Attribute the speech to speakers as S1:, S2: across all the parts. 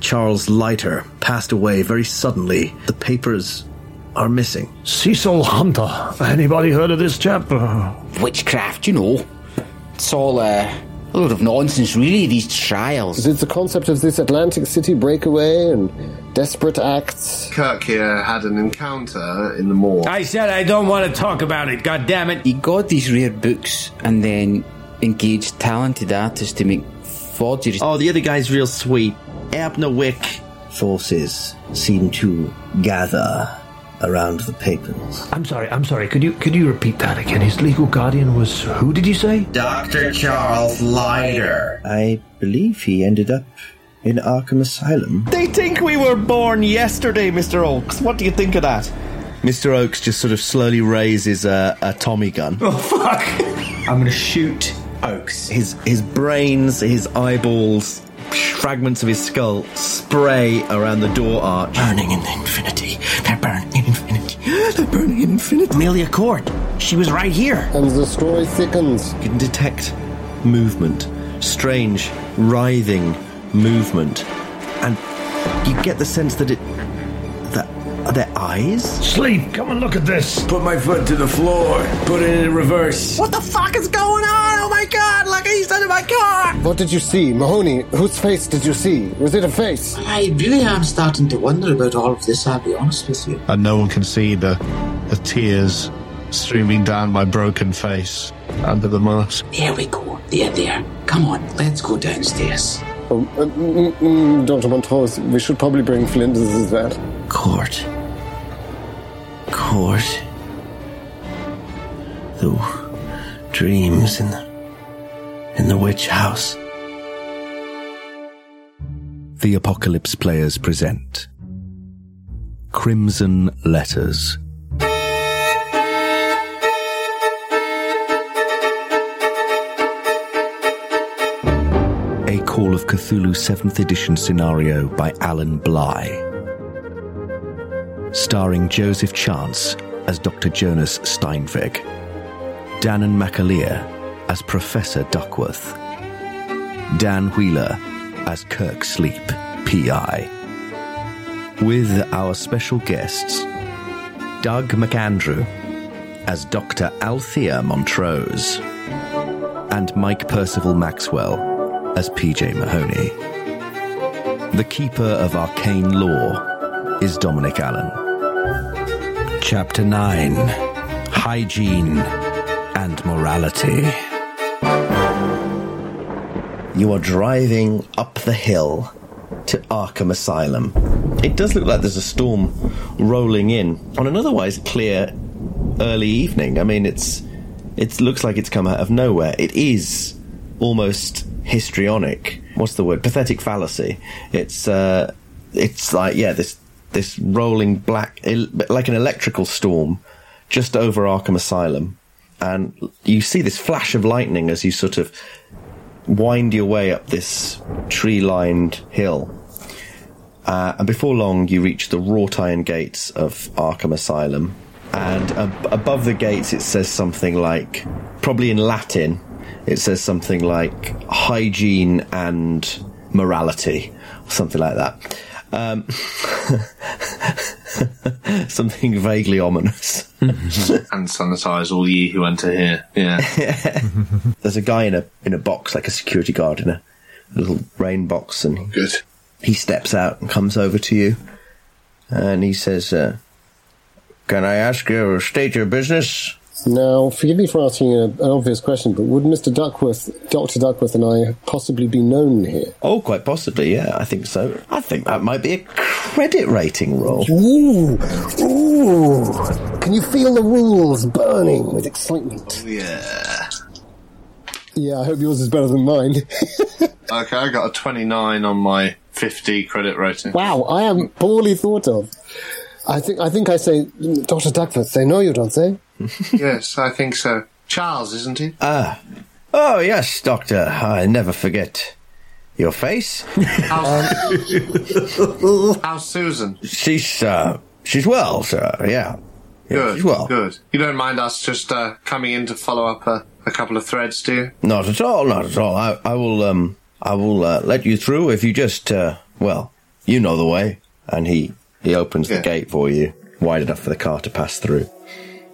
S1: Charles Leiter passed away very suddenly. The papers are missing.
S2: Cecil Hunter. Anybody heard of this chap? Uh,
S3: Witchcraft, you know. It's all uh, a lot of nonsense, really, these trials.
S4: It's the concept of this Atlantic City breakaway and desperate acts.
S5: Kirk here had an encounter in the moor.
S6: I said I don't want to talk about it, God damn it!
S3: He got these rare books and then engaged talented artists to make forgeries.
S1: Oh, the other guy's real sweet. Abnowick forces seem to gather around the papers.
S2: I'm sorry, I'm sorry. Could you could you repeat that again? His legal guardian was who did you say?
S7: Dr. Charles Leiter.
S1: I believe he ended up in Arkham Asylum.
S8: They think we were born yesterday, Mr. Oakes. What do you think of that?
S9: Mr. Oakes just sort of slowly raises a, a Tommy gun.
S6: Oh, fuck!
S8: I'm gonna shoot Oakes.
S9: His his brains, his eyeballs, fragments of his skull spray around the door arch.
S10: Burning in infinity. They're burning in infinity. They're burning in infinity.
S11: Amelia Court. She was right here.
S4: And the story thickens.
S9: You can detect movement. Strange, writhing movement. And you get the sense that it. that. are their eyes?
S2: Sleep, come and look at this.
S12: Put my foot to the floor. Put it in reverse.
S11: What the fuck is going on? Oh my god, look, he's under my car!
S4: What did you see? Mahoney, whose face did you see? Was it a face? Oh,
S13: I really am starting to wonder about all of this, I'll be honest with you.
S14: And no one can see the, the tears streaming down my broken face under the mask.
S13: There we go. There, there. Come on, let's go downstairs.
S4: Oh, uh, mm, mm, Dr. Montrose, we should probably bring Flint. This is that.
S7: Court. Court. The dreams and the in the witch house.
S15: The Apocalypse Players present Crimson Letters. A Call of Cthulhu 7th Edition scenario by Alan Bly. Starring Joseph Chance as Dr. Jonas Steinweg, Danon McAleer as Professor Duckworth, Dan Wheeler as Kirk Sleep, PI, with our special guests Doug McAndrew as Dr. Althea Montrose, and Mike Percival Maxwell as PJ Mahoney. The Keeper of Arcane Law is Dominic Allen. Chapter 9 Hygiene and Morality.
S1: You are driving up the hill to Arkham Asylum. It does look like there's a storm rolling in on an otherwise clear early evening. I mean, it's it looks like it's come out of nowhere. It is almost histrionic. What's the word? Pathetic fallacy. It's uh, it's like yeah, this this rolling black like an electrical storm just over Arkham Asylum, and you see this flash of lightning as you sort of wind your way up this tree lined hill. Uh, and before long, you reach the wrought iron gates of Arkham Asylum. And ab- above the gates, it says something like, probably in Latin, it says something like hygiene and morality, or something like that. Um, something vaguely ominous.
S5: and sanitize all ye who enter here. Yeah.
S1: There's a guy in a in a box, like a security guard in a little rain box, and
S5: good.
S1: He steps out and comes over to you, and he says, uh, "Can I ask you to state your business?"
S4: Now, forgive me for asking a, an obvious question, but would Mr. Duckworth, Dr. Duckworth, and I possibly be known here?
S1: Oh, quite possibly, yeah, I think so. I think that might be a credit rating roll.
S4: Ooh, ooh. Can you feel the rules burning with excitement?
S5: Oh, Yeah.
S4: Yeah, I hope yours is better than mine.
S5: okay, I got a 29 on my 50 credit rating.
S4: Wow, I am poorly thought of. I think I think I say, Dr. Duckworth, they know you, don't they?
S5: yes, I think so. Charles, isn't he?
S7: Ah. oh, yes, Doctor. I never forget. Your face?
S5: How's,
S1: Um,
S5: How's Susan?
S7: She's, uh, she's well, sir, yeah. yeah
S5: good,
S7: she's well.
S5: good. You don't mind us just, uh, coming in to follow up a, a couple of threads, do you?
S7: Not at all, not at all. I, I will, um, I will, uh, let you through if you just, uh, well,
S1: You know the way. And he, he opens the yeah. gate for you, wide enough for the car to pass through,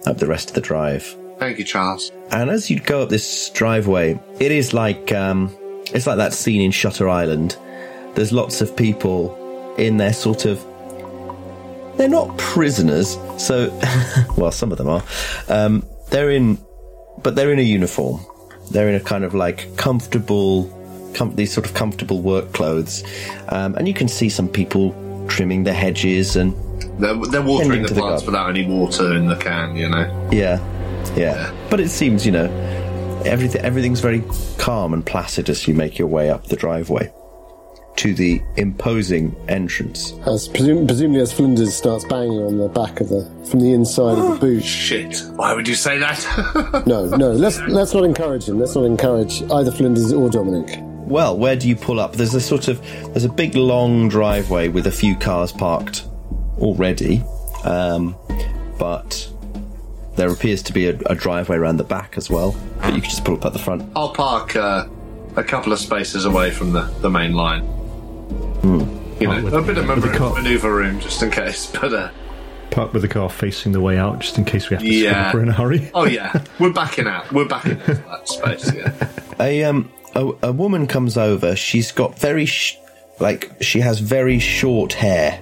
S1: up the rest of the drive.
S5: Thank you, Charles.
S1: And as you go up this driveway, it is like um, it's like that scene in Shutter Island. There's lots of people in their sort of they're not prisoners, so well, some of them are. Um, they're in, but they're in a uniform. They're in a kind of like comfortable, com- these sort of comfortable work clothes, um, and you can see some people trimming the hedges and
S5: they're, they're watering the, the plants garden. without any water in the can, you know.
S1: Yeah, yeah. But it seems, you know, everything everything's very calm and placid as you make your way up the driveway to the imposing entrance.
S4: As presum- presumably, as Flinders starts banging on the back of the from the inside of the boot.
S5: Shit! Why would you say that?
S4: no, no. Let's let's not encourage him. Let's not encourage either Flinders or Dominic.
S1: Well, where do you pull up? There's a sort of there's a big long driveway with a few cars parked already, um, but there appears to be a, a, driveway around the back as well, but you can just pull up at the front.
S5: I'll park uh, a couple of spaces away from the, the main line.
S1: Mm.
S5: You know, a bit of maneuver, maneuver room just in case, but. Uh,
S16: Park with the car facing the way out, just in case we have to yeah. in a hurry.
S5: oh yeah, we're backing out. We're backing out that space. Yeah.
S1: A um, a, a, woman comes over. She's got very, sh- like, she has very short hair,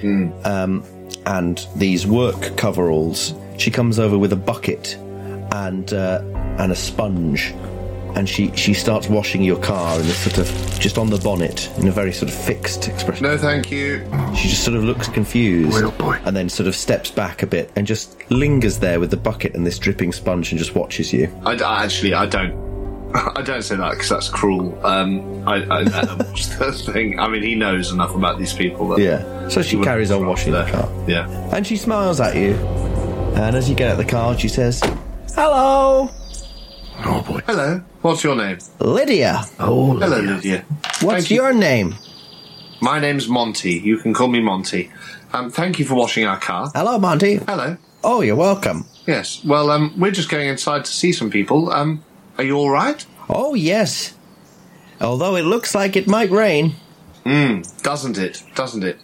S5: mm.
S1: um, and these work coveralls she comes over with a bucket and uh, and a sponge, and she she starts washing your car in a sort of just on the bonnet in a very sort of fixed expression.
S5: No, thank you.
S1: She just sort of looks confused,
S16: boy, oh boy.
S1: and then sort of steps back a bit and just lingers there with the bucket and this dripping sponge and just watches you.
S5: I, I actually I don't. I don't say that because that's cruel. Um, I, I, I watch the thing. I mean, he knows enough about these people.
S1: yeah. So she carries on washing there. the car.
S5: Yeah.
S1: And she smiles at you. And as you get out the car, she says, Hello!
S16: Oh boy.
S5: Hello. What's your name?
S1: Lydia.
S16: Oh,
S5: Lydia. Hello, Lydia.
S1: What's thank your you. name?
S5: My name's Monty. You can call me Monty. Um, thank you for washing our car.
S1: Hello, Monty.
S5: Hello.
S1: Oh, you're welcome.
S5: Yes. Well, um, we're just going inside to see some people. Um, are you all right?
S1: Oh, yes. Although it looks like it might rain.
S5: Hmm. Doesn't it? Doesn't it?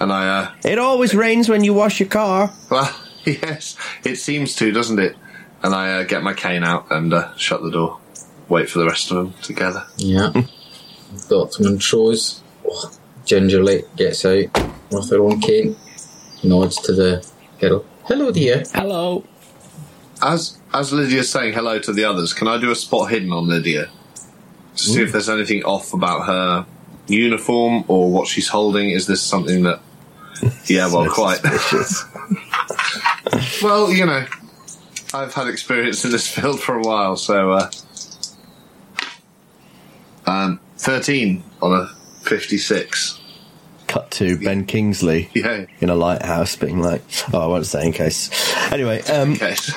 S5: And I, uh,
S1: It always it, rains when you wash your car.
S5: Well yes, it seems to, doesn't it? And I uh, get my cane out and uh, shut the door. Wait for the rest of them to gather.
S3: Yeah. Dr. Montrose oh, gingerly gets out with her own cane, nods to the girl. Hello, dear.
S1: Hello.
S5: As as Lydia's saying hello to the others, can I do a spot hidden on Lydia to see if there's anything off about her uniform or what she's holding? Is this something that? Yeah, well, quite. well, you know, I've had experience in this field for a while, so uh, um, thirteen on a fifty-six.
S1: Cut to Ben Kingsley
S5: yeah.
S1: in a lighthouse, being like, "Oh, I won't say in case." Anyway, um,
S5: in case.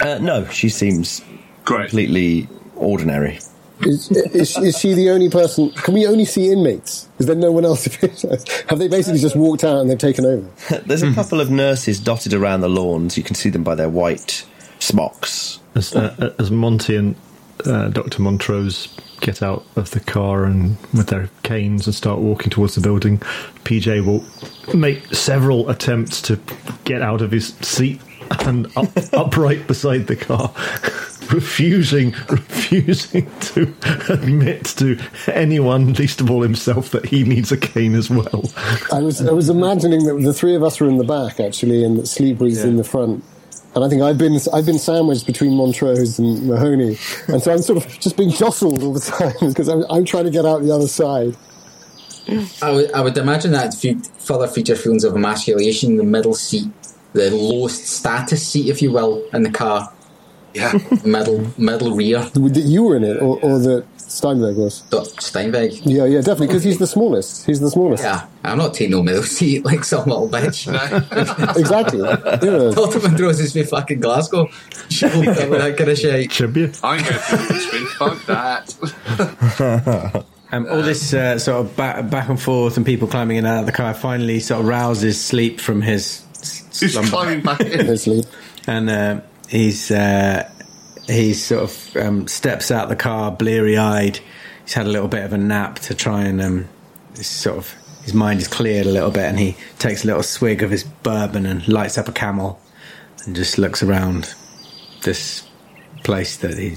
S1: uh, no, she seems
S5: Great.
S1: completely ordinary.
S4: Is, is, is, she the only person? Can we only see inmates? Is there no one else? Have they basically just walked out and they've taken over?
S1: There's a couple of nurses dotted around the lawns. You can see them by their white smocks.
S16: As, uh, as Monty and uh, Dr. Montrose get out of the car and with their canes and start walking towards the building, PJ will make several attempts to get out of his seat and up, upright beside the car, refusing, refusing to admit to anyone, least of all himself, that he needs a cane as well.
S4: I was, I was imagining that the three of us were in the back actually, and that Sleebreeze yeah. in the front. And I think I've been I've been sandwiched between Montrose and Mahoney, and so I'm sort of just being jostled all the time because I'm, I'm trying to get out the other side.
S3: I would, I would imagine that fe- further feature feelings of emasculation, the middle seat the lowest status seat, if you will, in the car.
S5: Yeah,
S3: middle middle rear.
S4: That you were in it, or, or that Steinberg was.
S3: Steinberg.
S4: Yeah, yeah, definitely, because he's the smallest. He's the smallest.
S3: Yeah, I'm not taking no middle seat like some little bitch.
S4: exactly. Yeah.
S3: Dr. Montrose is from fucking Glasgow. She'll that kind of shit.
S16: Tribute.
S5: I'm going to fuck that.
S17: Um, all this uh, sort of back, back and forth and people climbing in and out of the car finally sort of rouses sleep from his
S5: He's climbing back in.
S17: and uh, he's uh, he sort of um, steps out the car, bleary eyed. He's had a little bit of a nap to try and um, sort of his mind is cleared a little bit, and he takes a little swig of his bourbon and lights up a camel, and just looks around this place that he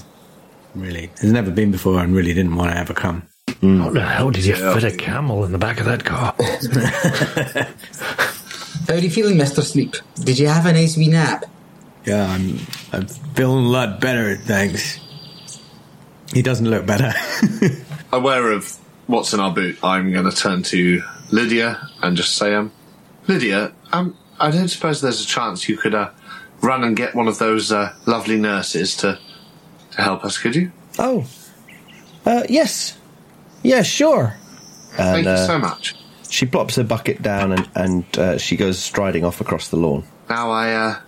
S17: really has never been before and really didn't want to ever come.
S2: Mm. How the hell did you fit a camel in the back of that car?
S13: How are you feeling, Mister Sleep? Did you have a nice wee nap?
S17: Yeah, I'm. I'm feeling a lot better, thanks. He doesn't look better.
S5: Aware of what's in our boot, I'm going to turn to Lydia and just say, um, Lydia, um, I don't suppose there's a chance you could uh, run and get one of those uh, lovely nurses to to help us, could you?
S7: Oh, uh, yes, yeah, sure.
S5: Thank and, you so much.
S1: uh, She plops her bucket down and and she goes striding off across the lawn.
S5: Now I, uh,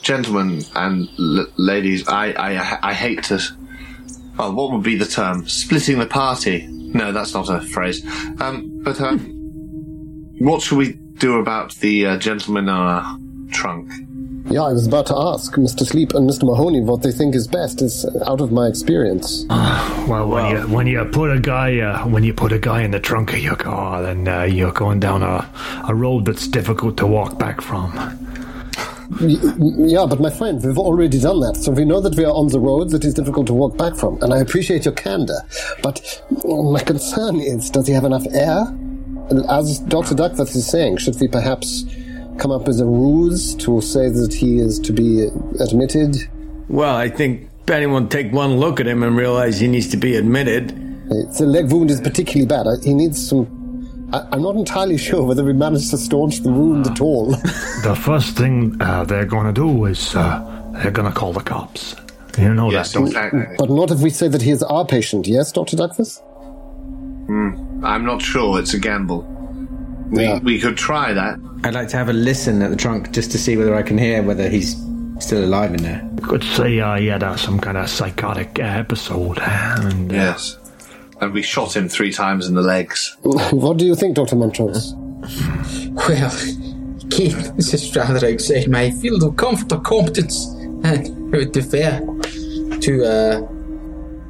S5: gentlemen and l- ladies, I, I I hate to. Well, what would be the term? Splitting the party. No, that's not a phrase. Um, but uh, what should we do about the uh, gentleman in our trunk?
S4: Yeah, I was about to ask Mr. Sleep and Mr. Mahoney what they think is best. It's uh, out of my experience.
S2: well, when, well. You, when you put a guy uh, when you put a guy in the trunk of your car, then uh, you're going down a, a road that's difficult to walk back from.
S4: Yeah, but my friend, we've already done that. So we know that we are on the road that is difficult to walk back from, and I appreciate your candor. But mm, my concern is, does he have enough air? And as Dr. Duckworth is saying, should we perhaps come up with a ruse to say that he is to be uh, admitted?
S17: Well, I think anyone take one look at him and realize he needs to be admitted.
S4: The leg wound is particularly bad. He needs some I, am not entirely sure whether we managed to staunch the wound at all.
S2: the first thing uh, they're going to do is uh, they're going to call the cops. You know
S5: yes,
S2: that,
S5: exactly.
S4: But not if we say that he is our patient, yes, Dr. Douglas?
S5: Mm, I'm not sure. It's a gamble. We, yeah. we could try that.
S17: I'd like to have a listen at the trunk just to see whether I can hear whether he's still alive in there.
S2: You could say uh, he had uh, some kind of psychotic episode. And, uh,
S5: yes and we shot him three times in the legs.
S4: What do you think, Dr. Montrose?
S13: Well, Keith, this is rather outside my field of comfort or competence, and I would defer to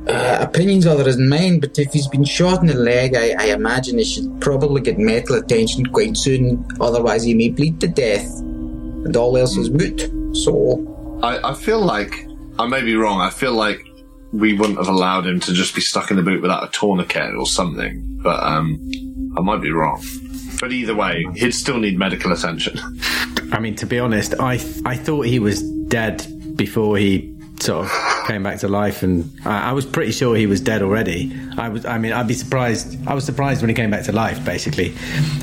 S13: uh, uh, opinions other than mine, but if he's been shot in the leg, I, I, imagine he should probably get medical attention quite soon, otherwise, he may bleed to death, and all else is moot, so.
S5: I, I feel like, I may be wrong, I feel like we wouldn't have allowed him to just be stuck in the boot without a tourniquet or something. But um, I might be wrong. But either way, he'd still need medical attention.
S17: I mean, to be honest, I th- I thought he was dead before he sort of came back to life, and I-, I, was pretty sure he was dead already. I was, I mean, I'd be surprised. I was surprised when he came back to life, basically.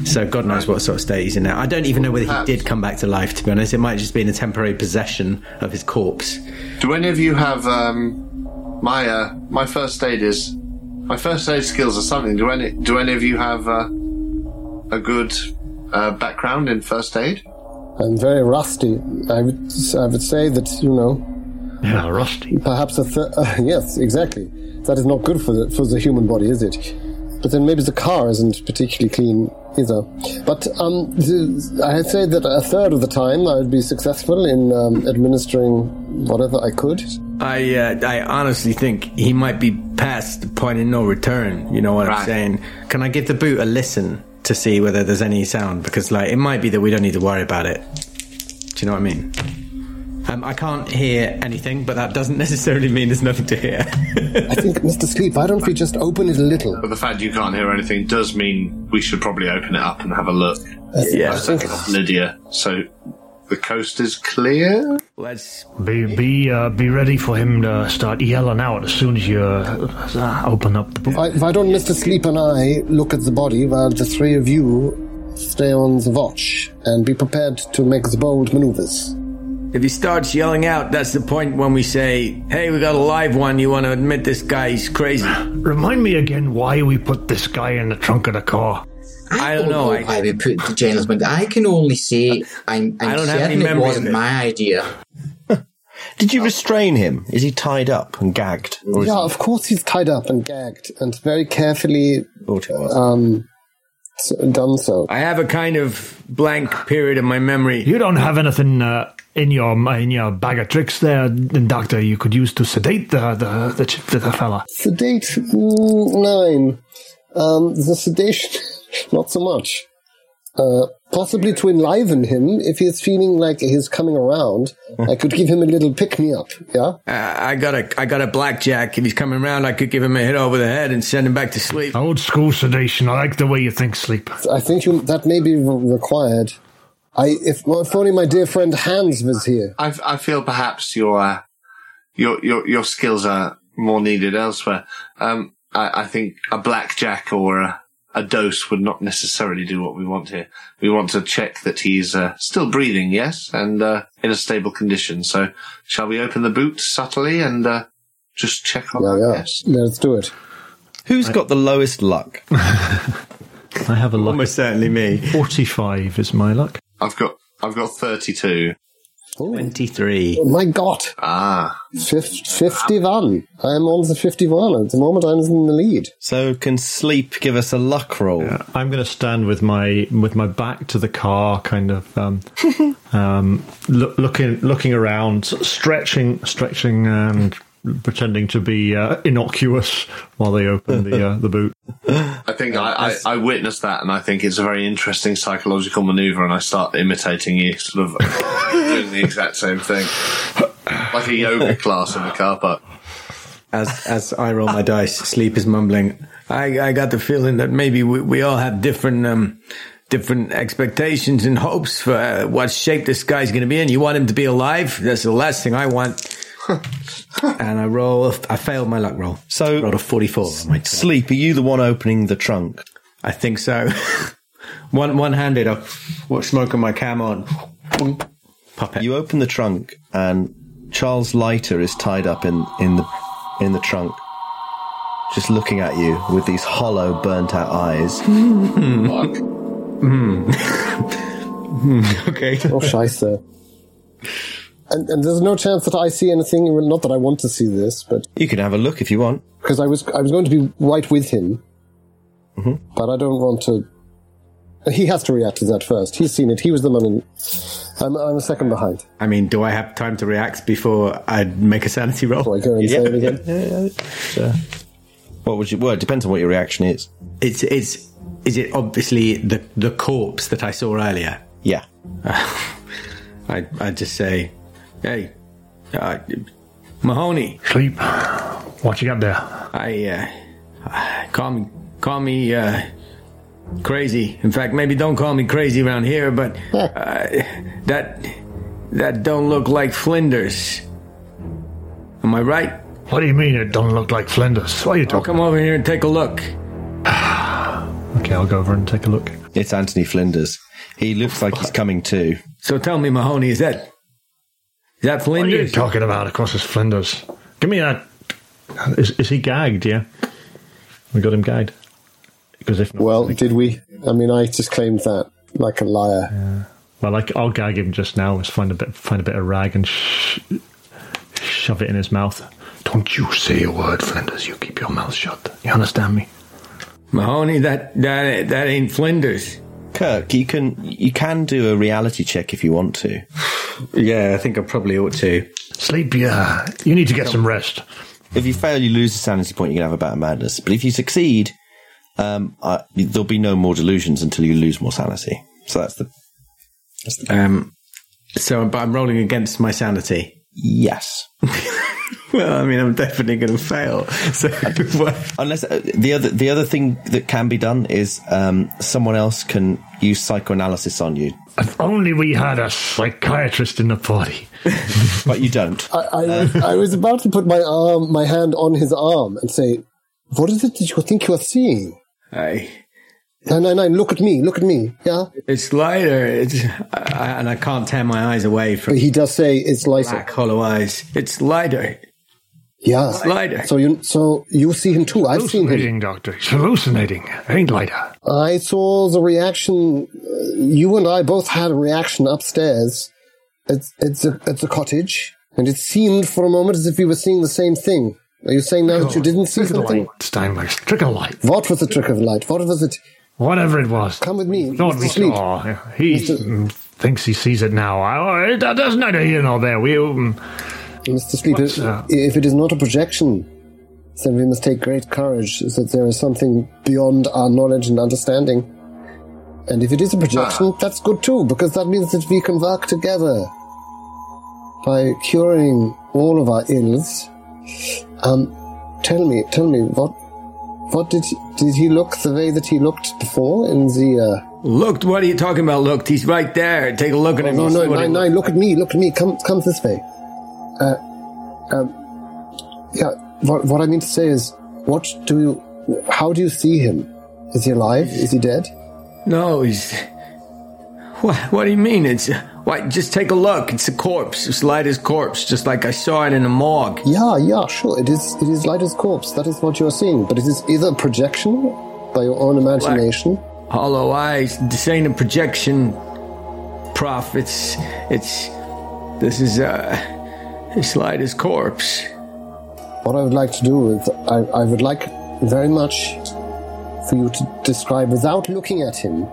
S17: So God knows what sort of state he's in now. I don't even know whether he did come back to life. To be honest, it might just been a temporary possession of his corpse.
S5: Do any of you have um, my uh, my first aid is my first aid skills are something. Do any do any of you have uh, a good uh, background in first aid?
S4: I'm very rusty. I would I would say that you know.
S2: Yeah, rusty.
S4: Perhaps a th- yes, exactly. That is not good for the for the human body, is it? But then maybe the car isn't particularly clean either. But um, th- I'd say that a third of the time I would be successful in um, administering whatever I could.
S17: I uh, I honestly think he might be past the point of no return. You know what right. I'm saying? Can I give the boot a listen to see whether there's any sound? Because like it might be that we don't need to worry about it. Do you know what I mean? Um, I can't hear anything, but that doesn't necessarily mean there's nothing to hear.
S4: I think, Mr. Sleep, why don't we just open it a little?
S5: But the fact you can't hear anything does mean we should probably open it up and have a look.
S17: I think, yeah, I
S5: think Lydia. So the coast is clear.
S17: Let's
S2: be be uh, be ready for him to start yelling out as soon as you uh, open up the book.
S4: Why, why don't Mister Sleep and I look at the body while the three of you stay on the watch and be prepared to make the bold maneuvers?
S17: If he starts yelling out, that's the point when we say, "Hey, we got a live one. You want to admit this guy? He's crazy."
S2: Remind me again why we put this guy in the trunk of the car.
S17: I, I don't, don't know,
S13: know why I, we put the gentleman. I can only say I'm, I'm I am i certain it wasn't it. my idea.
S1: Did you restrain him? Is he tied up and gagged?
S4: yeah, of course he's tied up and gagged and very carefully um, done so.
S17: I have a kind of blank period in my memory.
S2: You don't have anything uh, in your in your bag of tricks there, Doctor. You could use to sedate the the the, the, the fella.
S4: Sedate nine. Um, the sedation. not so much. Uh, possibly to enliven him if he's feeling like he's coming around.
S1: Mm.
S4: I could give him a little pick me up. Yeah.
S6: Uh, I got a I got a blackjack. If he's coming around, I could give him a hit over the head and send him back to sleep.
S2: Old school sedation. I like the way you think, sleep.
S4: I think you, that may be re- required. I if, well, if only my dear friend Hans was here.
S5: I, I feel perhaps your uh, your your your skills are more needed elsewhere. Um, I, I think a blackjack or a a dose would not necessarily do what we want here. We want to check that he's uh, still breathing, yes, and uh, in a stable condition. So, shall we open the boot subtly and uh, just check on
S4: Yeah,
S5: that?
S4: yeah.
S5: Yes.
S4: Let's do it.
S1: Who's got the lowest luck?
S16: I have a luck.
S17: Almost certainly me.
S16: 45 is my luck.
S5: I've got I've got thirty-two.
S17: Twenty-three.
S4: Oh my God,
S5: Ah,
S4: Fif- fifty-one. I am on the fifty-one at the moment. I'm in the lead.
S1: So can sleep give us a luck roll?
S16: I'm going to stand with my with my back to the car, kind of um, um, loo- looking looking around, stretching, stretching, and pretending to be uh, innocuous while they open the uh, the boot.
S5: I think I, I, I witnessed that, and I think it's a very interesting psychological maneuver. And I start imitating you, sort of doing the exact same thing, like a yoga class in the car park.
S17: As as I roll my dice, sleep is mumbling. I, I got the feeling that maybe we, we all have different um, different expectations and hopes for uh, what shape this guy's going to be in. You want him to be alive? That's the last thing I want. and I roll. I failed my luck roll.
S1: So-
S17: rolled a forty-four. on my turn.
S1: Sleep, are you the one opening the trunk?
S17: I think so. one one handed. I what smoke on my cam on. Puppet.
S1: You open the trunk, and Charles Leiter is tied up in, in the in the trunk, just looking at you with these hollow, burnt-out eyes.
S17: okay.
S4: Oh, scheiße. And, and there's no chance that I see anything. Well, not that I want to see this, but
S1: You can have a look if you want.
S4: because I was I was going to be right with him, but I don't want to. He has to react to that first. He's seen it. He was the man. In, I'm I'm a second behind.
S17: I mean, do I have time to react before I make a sanity
S4: Do I
S17: roll?
S4: go and say it again?
S1: What would you? Well, it depends on what your reaction is.
S17: It's it's is it obviously the the corpse that I saw earlier?
S1: Yeah.
S17: I I just say, hey, uh, Mahoney,
S2: Sleep. What you got there?
S17: I uh, call me call me uh, crazy. In fact, maybe don't call me crazy around here, but uh, that that don't look like Flinders. Am I right?
S2: What do you mean it don't look like Flinders? What are you
S17: I'll
S2: talking?
S17: come over here and take a look.
S16: Okay, I'll go over and take a look.
S1: It's Anthony Flinders. He looks like he's coming too.
S17: So tell me, Mahoney, is that is that
S2: What are you
S17: Flinders?
S2: talking about? Of course, it's Flinders. Give me that.
S16: Is, is he gagged? Yeah, we got him gagged. Because if not,
S4: Well, did we? I mean, I just claimed that like a liar.
S16: well, like I'll gag him just now. Let's find a bit find a bit of rag and sh- shove it in his mouth.
S2: Don't you say a word, Flinders. You keep your mouth shut. You understand me?
S17: Mahoney, that that that ain't Flinders.
S1: Kirk, you can you can do a reality check if you want to.
S17: Yeah, I think I probably ought to.
S2: Sleep. Yeah. You need to get some rest.
S1: If you fail, you lose the sanity point. You can have a bout of madness. But if you succeed, um, uh, there'll be no more delusions until you lose more sanity. So that's the
S17: Um, so, but I'm rolling against my sanity.
S1: yes.
S17: Well, I mean, I'm definitely going to fail. So, what-
S1: Unless uh, the other the other thing that can be done is um, someone else can use psychoanalysis on you,
S2: If only we had a psychiatrist in the party.
S1: but you don't.
S4: I, I, was- I was about to put my arm, my hand on his arm and say, "What is it that you think you are seeing?"
S17: I,
S4: Nine nine nine. Look at me. Look at me. Yeah.
S17: it's lighter, it's, I, and I can't tear my eyes away
S4: But
S17: from
S4: he does say it's lighter.
S17: black hollow eyes. It's lighter.
S4: Yeah.
S17: lighter.
S4: So you so you see him too. I've seen him.
S2: Hallucinating, Doctor. It's hallucinating. Ain't lighter.
S4: I saw the reaction. uh, You and I both had a reaction upstairs. It's it's a it's a cottage, and it seemed for a moment as if we were seeing the same thing. Are you saying now that you didn't see
S2: Trick of the
S4: something?
S2: light, Steinway. Trick of the light.
S4: What was the trick of light? What was it?
S2: Whatever it was.
S4: Come with me.
S2: Thought
S4: Mr.
S2: we
S4: Sleep.
S2: saw. He mm, thinks he sees Oh, it now. I, I- that doesn't matter here nor there. We, um, uh,
S4: Mr. Sleep, uh,
S2: What's
S4: if,
S2: that?
S4: if it is not a projection, then we must take great courage that there is something beyond our knowledge and understanding. And if it is a projection, ah. that's good too, because that means that we can work together by curing all of our ills. Um, tell me, tell me, what what did he, did he look the way that he looked before in the?
S6: Uh... Looked? What are you talking about? Looked? He's right there. Take a look at
S4: oh,
S6: him.
S4: No, no, no, no, Look at me. Look at me. Come, come this way. Uh, um, yeah. What, what I mean to say is, what do you? How do you see him? Is he alive? Is he dead?
S6: No, he's. What? What do you mean? It's. Why, just take a look. It's a corpse. It's light as corpse, just like I saw it in a morgue.
S4: Yeah, yeah, sure. It is. It is light as corpse. That is what you are seeing. But it is either projection by your own imagination.
S6: Black, hollow eyes. This ain't a projection, Prof. It's. It's. This is. Uh, it's light as corpse.
S4: What I would like to do is, I, I would like very much for you to describe without looking at him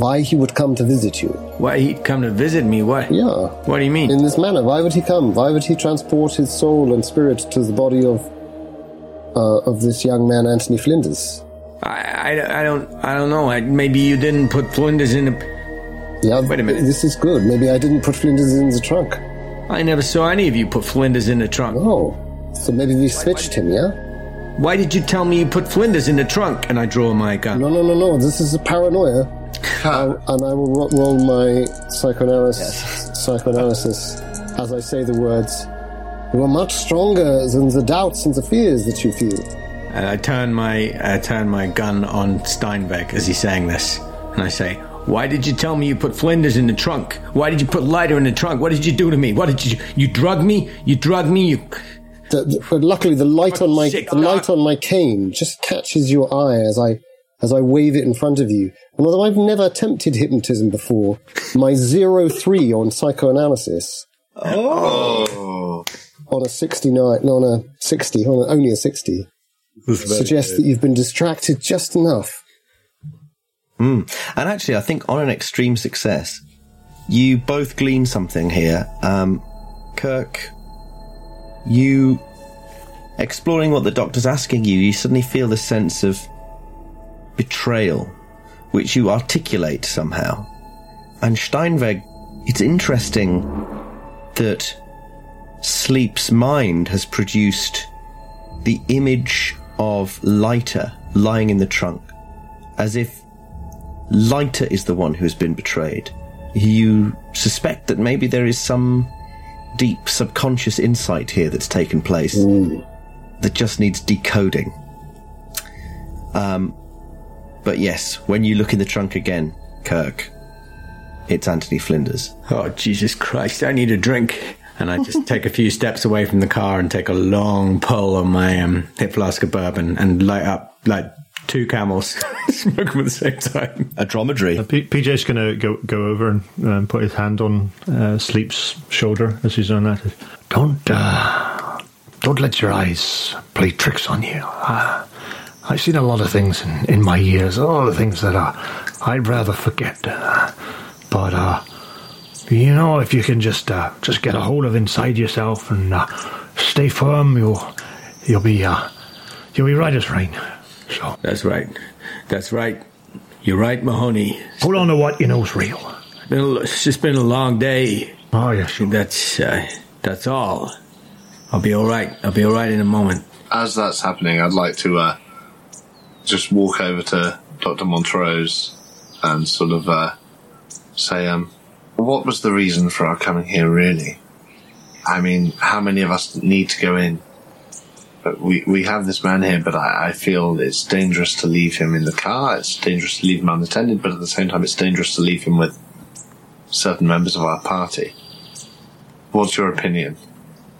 S4: why he would come to visit you.
S6: Why he'd come to visit me? What?
S4: Yeah.
S6: What do you mean?
S4: In this manner, why would he come? Why would he transport his soul and spirit to the body of uh, of this young man, Anthony Flinders?
S6: I, I, I don't I don't know. I, maybe you didn't put Flinders in. A...
S4: Yeah.
S6: Wait a minute.
S4: This is good. Maybe I didn't put Flinders in the trunk.
S6: I never saw any of you put Flinders in the trunk.
S4: Oh, so maybe we switched him, yeah?
S6: Why did you tell me you put Flinders in the trunk? And I draw my gun.
S4: No, no, no, no. This is a paranoia. I, and I will roll my psychoanalysis, yes. psychoanalysis as I say the words. You are much stronger than the doubts and the fears that you feel.
S6: And I turn my I turn my gun on Steinbeck as he's saying this, and I say, "Why did you tell me you put Flinders in the trunk? Why did you put Lighter in the trunk? What did you do to me? What did you you drug me? You drug me? You."
S4: The, the, but luckily, the light on my the light on my cane just catches your eye as I as I wave it in front of you. And although I've never attempted hypnotism before, my zero three on psychoanalysis.
S5: Oh.
S4: On a 69, no, on a 60, on a, only a 60, suggests that you've been distracted just enough.
S1: Mm. And actually, I think on an extreme success, you both glean something here. Um, Kirk, you exploring what the doctor's asking you, you suddenly feel the sense of betrayal, which you articulate somehow. And Steinweg, it's interesting that Sleep's mind has produced the image of Lighter lying in the trunk, as if Lighter is the one who has been betrayed. You suspect that maybe there is some deep subconscious insight here that's taken place
S4: mm.
S1: that just needs decoding. Um, but yes, when you look in the trunk again, Kirk, it's Anthony Flinders.
S6: Oh, Jesus Christ, I need a drink. And I just take a few steps away from the car and take a long pull on my um, hip flask of bourbon and light up like two camels, smoke them at the same time.
S1: A dromedary.
S16: Uh, P- PJ's going to go go over and um, put his hand on uh, Sleep's shoulder as he's on that.
S2: Don't, uh, don't let your eyes play tricks on you. Uh, I've seen a lot of things in, in my years, a lot of things that uh, I'd rather forget. Uh, but uh, you know, if you can just uh, just get a hold of inside yourself and uh, stay firm, you'll you'll be uh, you'll be right as rain. So
S6: that's right, that's right. You're right, Mahoney.
S2: Hold on to what you know's real.
S6: It's just been a long day.
S2: Oh yes,
S6: sure. that's uh, that's all. I'll be all right. I'll be all right in a moment.
S5: As that's happening, I'd like to uh, just walk over to Dr. Montrose and sort of uh, say, um, what was the reason for our coming here, really? I mean, how many of us need to go in? But we, we have this man here, but I, I feel it's dangerous to leave him in the car. It's dangerous to leave him unattended, but at the same time, it's dangerous to leave him with certain members of our party. What's your opinion?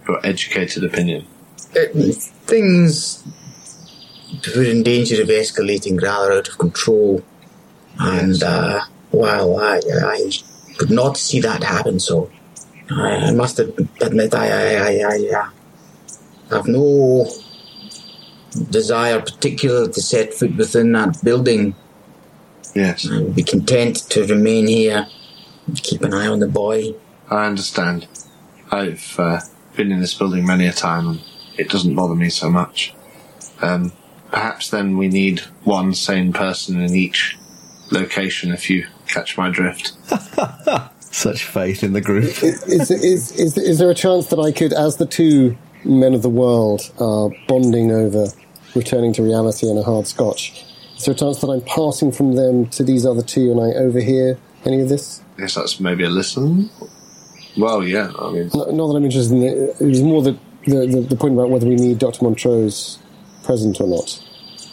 S5: Your educated opinion?
S13: It, Uh, things we're in danger of escalating rather out of control. And uh, well, I, I could not see that happen, so I, I must admit I, I, I, I have no desire particular to set foot within that building.
S5: Yes.
S13: I would be content to remain here, keep an eye on the boy.
S5: I understand. I've uh, been in this building many a time, and it doesn't bother me so much. Um, perhaps then we need one sane person in each location, if you catch my drift.
S1: Such faith in the group.
S4: is, is, is, is, is there a chance that I could, as the two men of the world are bonding over returning to reality and a hard scotch, is there a chance that I'm passing from them to these other two and I overhear any of this?
S5: I guess that's maybe a listen. Well, yeah, I mean,
S4: Not, not that I'm interested in the, it was more the, the, the, the point about whether we need Dr. Montrose present or not.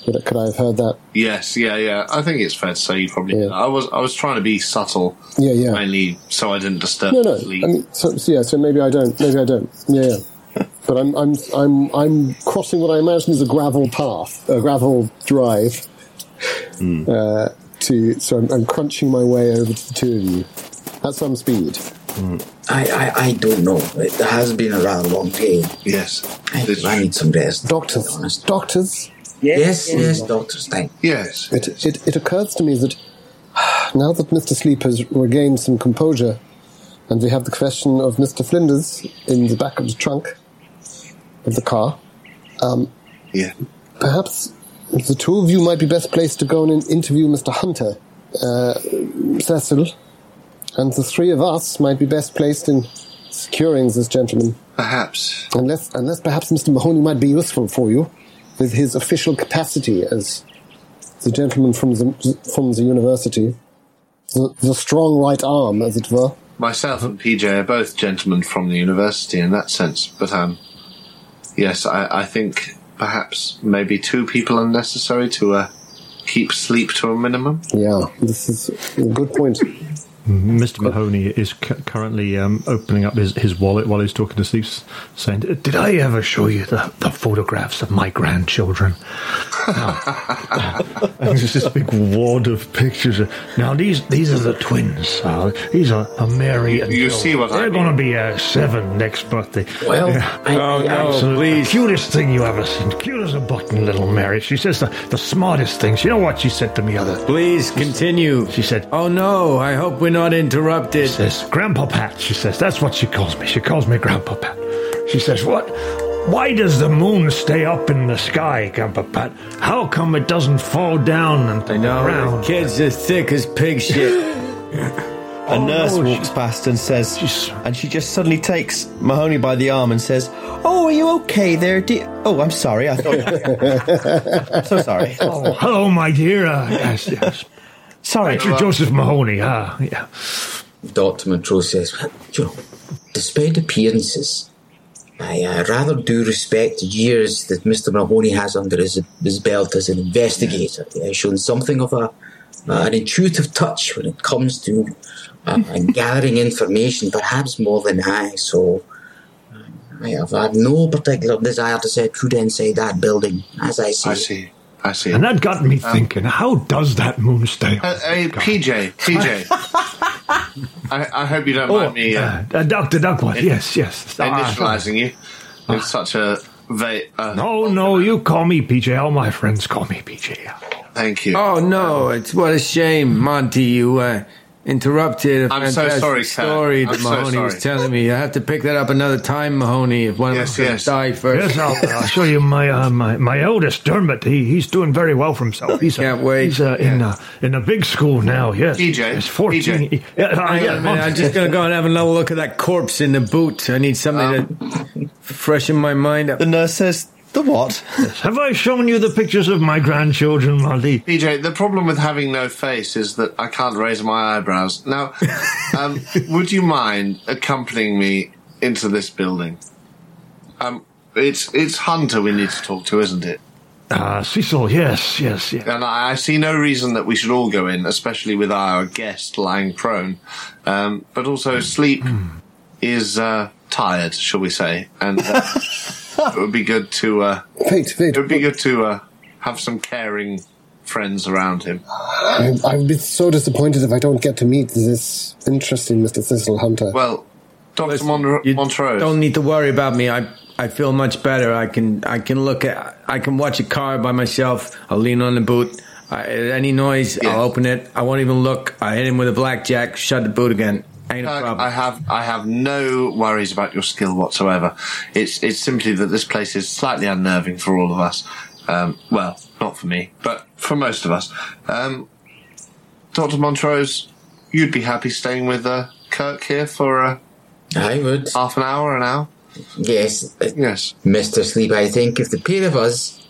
S4: Could, could I have heard that?
S5: yes, yeah, yeah. I think it's fair to say you probably.
S4: Yeah.
S5: I was, I was trying to be subtle,
S4: Yeah, yeah.
S5: mainly so I didn't disturb
S4: No, no.
S5: the sleep.
S4: I mean, so, so yeah. So maybe I don't. Maybe I don't. Yeah, yeah. but I'm, I'm, I'm, I'm crossing what I imagine is a gravel path, a gravel drive.
S13: Hmm.
S4: Uh, to so I'm, I'm crunching my way over to the two of you at some speed.
S13: Hmm. I, I, I don't know. It has been a rather long day.
S5: Yes,
S13: I, I need some rest.
S4: Doctors, doctors.
S13: Yes, yes, doctors. Thank
S5: yes.
S4: It, it, it occurs to me that now that Mr. Sleep has regained some composure, and we have the question of Mr. Flinders in the back of the trunk of the car, um,
S5: Yeah.
S4: perhaps the two of you might be best placed to go and interview Mr. Hunter, uh, Cecil, and the three of us might be best placed in securing this gentleman.
S5: Perhaps.
S4: Unless, unless perhaps Mr. Mahoney might be useful for you with his official capacity as the gentleman from the, from the university, the, the strong right arm, as it were.
S5: Myself and PJ are both gentlemen from the university in that sense, but um, yes, I, I think perhaps maybe two people are necessary to uh, keep sleep to a minimum.
S4: Yeah, this is a good point.
S16: Mr. Mahoney is cu- currently um, opening up his, his wallet while he's talking to Steve, saying, Did I ever show you the, the photographs of my grandchildren? Now-
S2: uh,
S16: and there's this big wad of pictures. Now, these these are the twins. Uh, these are uh, Mary and
S5: You
S16: Joe.
S5: see what I
S16: They're
S5: mean.
S16: going to be uh, seven next birthday.
S13: you. Well, I,
S17: Oh,
S13: I-
S17: no.
S16: So,
S17: please.
S16: Cutest thing you ever seen. Cute as a button, little Mary. She says the, the smartest things. You know what she said to me other
S6: Please continue.
S16: She said,
S6: Oh no, I hope we're not interrupted.
S16: says, Grandpa Pat, she says, that's what she calls me. She calls me Grandpa Pat. She says, What? Why does the moon stay up in the sky, Grandpa Pat? How come it doesn't fall down and
S6: I know.
S16: around?
S6: Kids are thick as pig shit.
S2: Oh,
S1: A nurse
S16: no,
S1: walks past and says,
S16: She's-
S1: and she just suddenly takes Mahoney by the arm and says, "Oh, are you okay there, dear? Oh, I'm sorry. I thought. so sorry.
S16: Oh, hello, my dear. Uh, yes, yes.
S1: Sorry.
S16: Thank you, Joseph Mahoney. Ah, yeah.
S13: Dr. Montrose says, "Well, you know, despite appearances, I uh, rather do respect the years that Mr. Mahoney has under his, his belt as an investigator. He has shown something of a, uh, an intuitive touch when it comes to uh, gathering information, perhaps more than I. So I have had no particular desire to set foot inside that building, as I see.
S5: I see. I see.
S16: And that got
S6: Um,
S16: me thinking, how does that moon stay up?
S5: Uh, hey, PJ, PJ. I, I hope you don't mind me uh,
S16: Uh, uh, Dr. Duckworth, yes, yes. Ah,
S5: initializing you in such a va- uh,
S16: no, Oh, no, you call me PJ. All my friends call me PJ.
S5: Thank you.
S6: Oh no, it's what a shame, Monty. You uh, interrupted a
S5: I'm so
S6: fantastic
S5: sorry, Kat.
S6: story
S5: I'm
S6: that
S5: so
S6: Mahoney was
S5: sorry.
S6: telling me. I have to pick that up another time, Mahoney. If one
S5: Yes,
S6: of us gonna
S5: yes.
S6: die first,
S16: Yes,
S1: oh,
S16: I'll, I'll show you my uh, my my eldest Dermot. He he's doing very well for himself. He's uh,
S6: Can't wait.
S16: He's uh, in uh, in a big school now. Yes,
S5: DJ,
S16: He's fourteen.
S5: DJ.
S16: Yeah, uh,
S6: Hang
S16: yeah,
S6: on a minute, I'm just gonna go and have another look at that corpse in the boot. I need something
S5: Um,
S6: to freshen my mind up.
S1: The nurse says, "The what?
S16: Have I shown you the pictures of my grandchildren, Monty?
S5: PJ, the problem with having no face is that I can't raise my eyebrows. Now, um, would you mind accompanying me into this building? Um, it's it's Hunter we need to talk to, isn't it?
S16: Uh, Cecil. Yes, yes, yes.
S5: And I, I see no reason that we should all go in, especially with our guest lying prone. Um, but also, sleep is uh, tired, shall we say? And uh, it would be good to uh,
S4: Wait,
S5: it would be
S4: wait.
S5: good to uh, have some caring friends around him.
S4: I, I would be so disappointed if I don't get to meet this interesting Mr. Cecil Hunter.
S5: Well, Doctor Mon-
S6: You
S5: Montrose.
S6: Don't need to worry about me. I I feel much better. I can I can look at I can watch a car by myself. I'll lean on the boot. I, any noise,
S5: Yes.
S6: I'll open it. I won't even look. I hit him with a blackjack. Shut the boot again. Ain't a
S5: Doug,
S6: problem.
S5: I have I have no worries about your skill whatsoever. It's it's simply that this place is slightly unnerving for all of us. Um, well, not for me, but for most of us. Um, Dr. Montrose, you'd be happy staying with uh, Kirk here for uh,
S13: I would.
S5: half an hour, an hour?
S13: Yes, uh,
S5: yes.
S13: Mr. Sleep, I think if the pair of us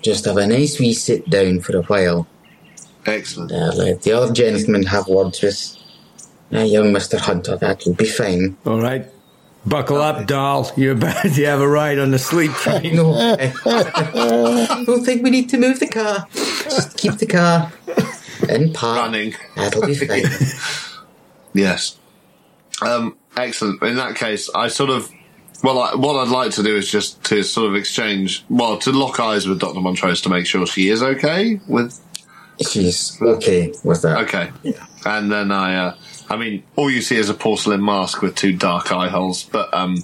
S13: just have a nice wee sit down for a while,
S5: Excellent.
S13: uh, let the other gentleman have words with uh, young Mr. Hunter, that will be fine.
S17: All right. Buckle up, doll. You're about to have a ride on the sleep train.
S13: No, I I don't think we need to move the car. Just keep the car in park.
S5: Running.
S13: That'll be fine.
S5: Yes. Um, excellent. In that case, I sort of. Well, I, what I'd like to do is just to sort of exchange. Well, to lock eyes with Dr. Montrose to make sure she is okay with.
S13: She's okay with that.
S5: Okay. Yeah. And then I. Uh, I mean, all you see is a porcelain mask with two dark eye holes, but um,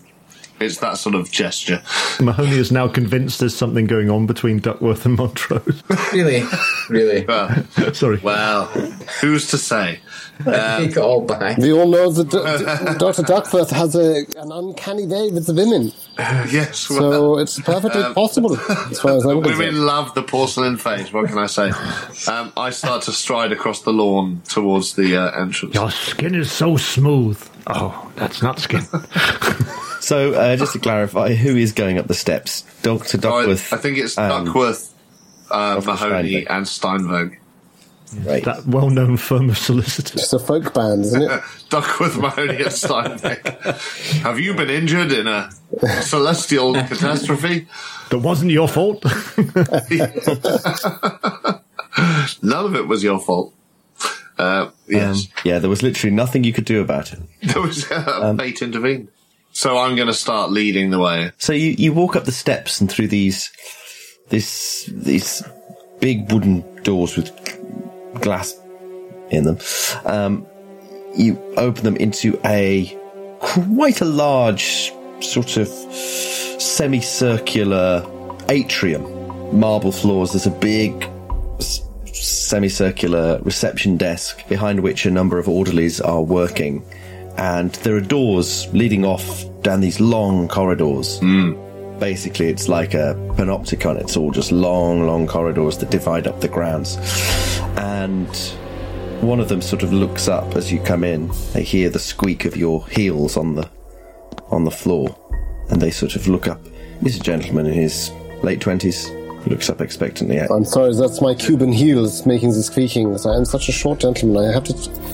S5: it's that sort of gesture.
S16: Mahoney is now convinced there's something going on between Duckworth and Montrose.
S13: Really, really.
S5: Well,
S16: Sorry.
S5: well who's to say? Um,
S13: Take it all back.
S4: We all know that D- D- Dr. Duckworth has a, an uncanny way with the women,
S5: Yes. Well,
S4: so it's perfectly
S5: Um,
S4: possible, as far as I'm
S5: Women
S4: concerned.
S5: love the porcelain face. What can I say? Um, I start to stride across the lawn towards the uh, entrance.
S2: Your skin is so smooth. Oh, that's not skin.
S1: So, uh, just to clarify, who is going up the steps? Dr.
S5: Oh, I,
S1: Duckworth. um,
S5: I think it's
S1: and-
S5: Duckworth, uh,
S1: Duckworth
S5: Mahoney,
S1: Steinberg.
S5: and Steinberg.
S1: Right.
S16: That well known firm of solicitors.
S4: It's a folk band, isn't it?
S5: Duckworth, Mahoney, and Steinberg. Have you been injured in a celestial catastrophe?
S16: That wasn't your fault.
S5: None of it was your fault. Uh, yes,
S1: um, yeah, there was literally nothing you could do about it.
S5: there was uh, fate intervened. So I'm going to start leading the way.
S1: So you, you walk up the steps and through these this these big wooden doors with glass in them. Um, you open them into a quite a large sort of semicircular atrium, marble floors. There's a big s- semicircular reception desk behind which a number of orderlies are working, and there are doors leading off down these long corridors. Basically, it's like a panopticon. It's all just long, long corridors that divide up the grounds, and one of them sort of looks up as you come in. They hear the squeak of your heels on the on the floor, and they sort of look up. This is a gentleman in his late twenties. Looks up expectantly at.
S4: I'm sorry, that's my Cuban heels making the squeaking. I am such a short gentleman, I have to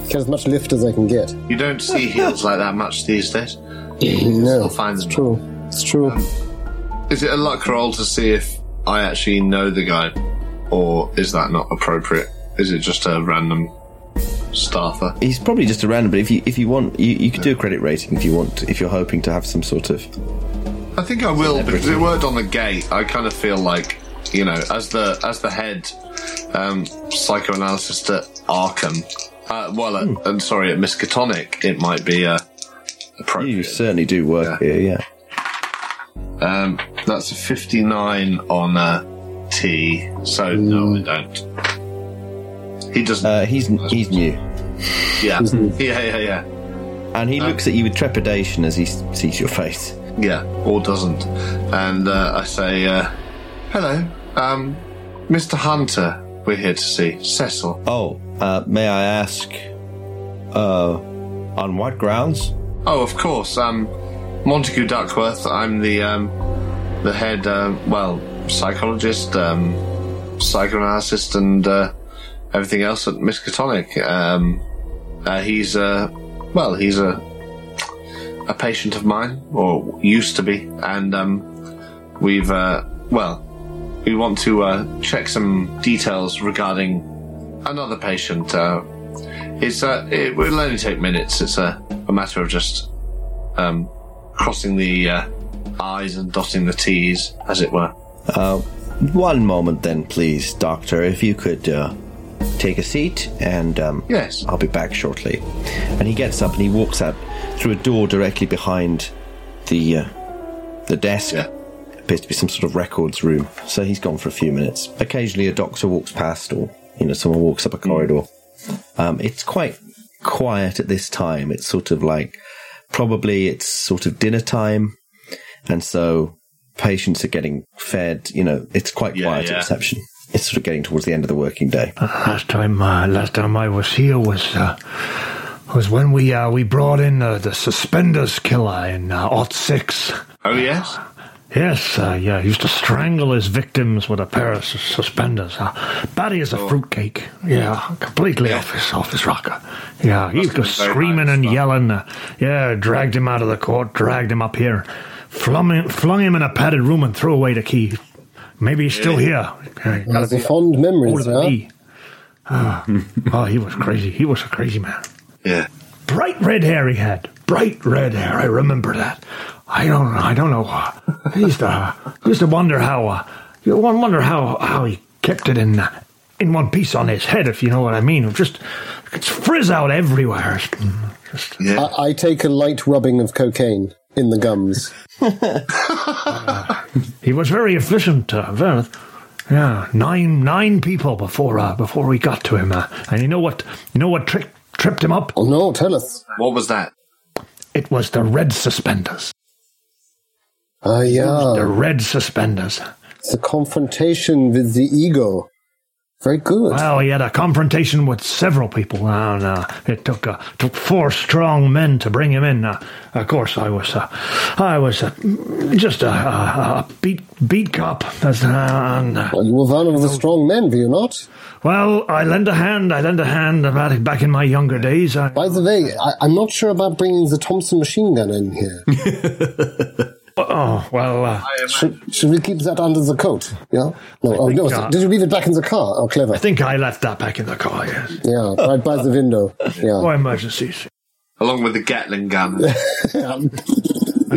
S4: get as much lift as I can get.
S5: You don't see heels like that much these days.
S4: No,
S5: I'll find
S4: it's
S5: them.
S4: true. It's true.
S5: Is it a luck roll to see if I actually know the guy, or is that not appropriate? Is it just a random staffer?
S1: He's probably just a random, but if you if you want, you, you could do a credit rating if you want. If you're hoping to have some sort of
S5: I think I will because it worked on the gate. I kind of feel like, you know, as the as the head um, psychoanalyst at Arkham, uh, well, at, I'm sorry, at Miskatonic, it might be uh,
S1: you
S5: appropriate.
S1: certainly do work here, yeah.
S5: Um, that's a 59 on a T, so no, I don't. He doesn't.
S1: Uh, he's he's new,
S5: yeah. yeah, yeah, yeah. Uh,
S1: and he looks at you with trepidation as he s- sees your face.
S5: Yeah, or doesn't. And uh, I say, uh, hello, um, Mr. Hunter, we're here to see. Cecil.
S1: Oh, uh, may I ask, uh, on what grounds?
S5: Oh, of course, um, Montague Duckworth, I'm the, um, the head, uh, well, psychologist, um, psychoanalyst and, uh, everything else at Miskatonic. Um, uh, he's, uh, well, he's a, a patient of mine, or used to be, and, um, we've, uh, well, we want to uh, check some details regarding another patient. Uh, it's uh, it will only take minutes. It's a, a matter of just um, crossing the uh, I's and dotting the T's, as it were.
S1: Uh, one moment then, please, Doctor. If you could uh, take a seat, and um,
S5: Yes.
S1: I'll be back shortly. And he gets up and he walks out through a door directly behind the uh, the desk.
S5: Yeah.
S1: Appears to be some sort of records room. So he's gone for a few minutes. Occasionally, a doctor walks past, or you know, someone walks up a corridor. Um, it's quite quiet at this time. It's sort of like probably it's sort of dinner time, and so patients are getting fed. You know, it's quite
S5: Yeah,
S1: quiet
S5: yeah.
S1: at reception. It's sort of getting towards the end of the working day.
S2: Uh, last time, uh, last time I was here was uh, was when we uh, we brought in uh, the suspenders killer in uh, Ot Six.
S5: Oh yes.
S2: Yes, uh, yeah, he used to strangle his victims with a pair of sus- suspenders. Uh, Batty is a
S5: Oh.
S2: fruitcake. Yeah, completely
S5: Yeah.
S2: off his off his rocker. Yeah, he
S5: Must have
S2: was
S5: been very
S2: screaming
S5: nice,
S2: and
S5: though.
S2: yelling. Uh, yeah, dragged him out of the court, dragged him up here, flung him, flung him in a padded room, and threw away the key. Maybe he's still here. Yeah, he gotta
S4: Those are
S2: be
S4: fond memories,
S2: older than
S4: huh?
S2: me. Ah, oh, he was crazy. He was a crazy man.
S5: Yeah.
S2: Bright red hair he had. Bright red hair. I remember that. I don't. I don't know. uh, I used to. I used to wonder how. Uh, you one wonder how how he kept it in uh, in one piece on his head, if you know what I mean. It just it's frizz out everywhere. Just
S4: I, I take a light rubbing of cocaine in the gums.
S2: he was very efficient. Uh, very, yeah, nine nine people before uh, before we got to him. Uh, and you know what? You know what trick tripped him up?
S4: Oh no! Tell us.
S5: What was that?
S2: It was the red suspenders.
S4: Ah, yeah.
S2: The red suspenders.
S4: It's a confrontation with the ego. Very good.
S2: Well, he had a confrontation with several people, and uh, it took uh, took four strong men to bring him in. Uh, of course, I was uh, I was uh, just a, a, a beat beat cop. That's, uh, and, uh,
S4: Well, you were one of the strong men, were you not?
S2: well, I lend a hand. I lend a hand about it back in my younger days. I,
S4: By the way, I, I'm not sure about bringing the Thompson machine gun in here.
S2: oh well, uh,
S4: should, should we keep that under the coat? Yeah. No. Oh
S2: think
S4: no!
S2: not.
S4: Did you leave it back in the car? Oh, clever.
S2: I think I left that back in the car. Yes,
S4: Yeah, right by the window. Yeah.
S2: for emergencies.
S5: Along with the Gatling gun.
S2: And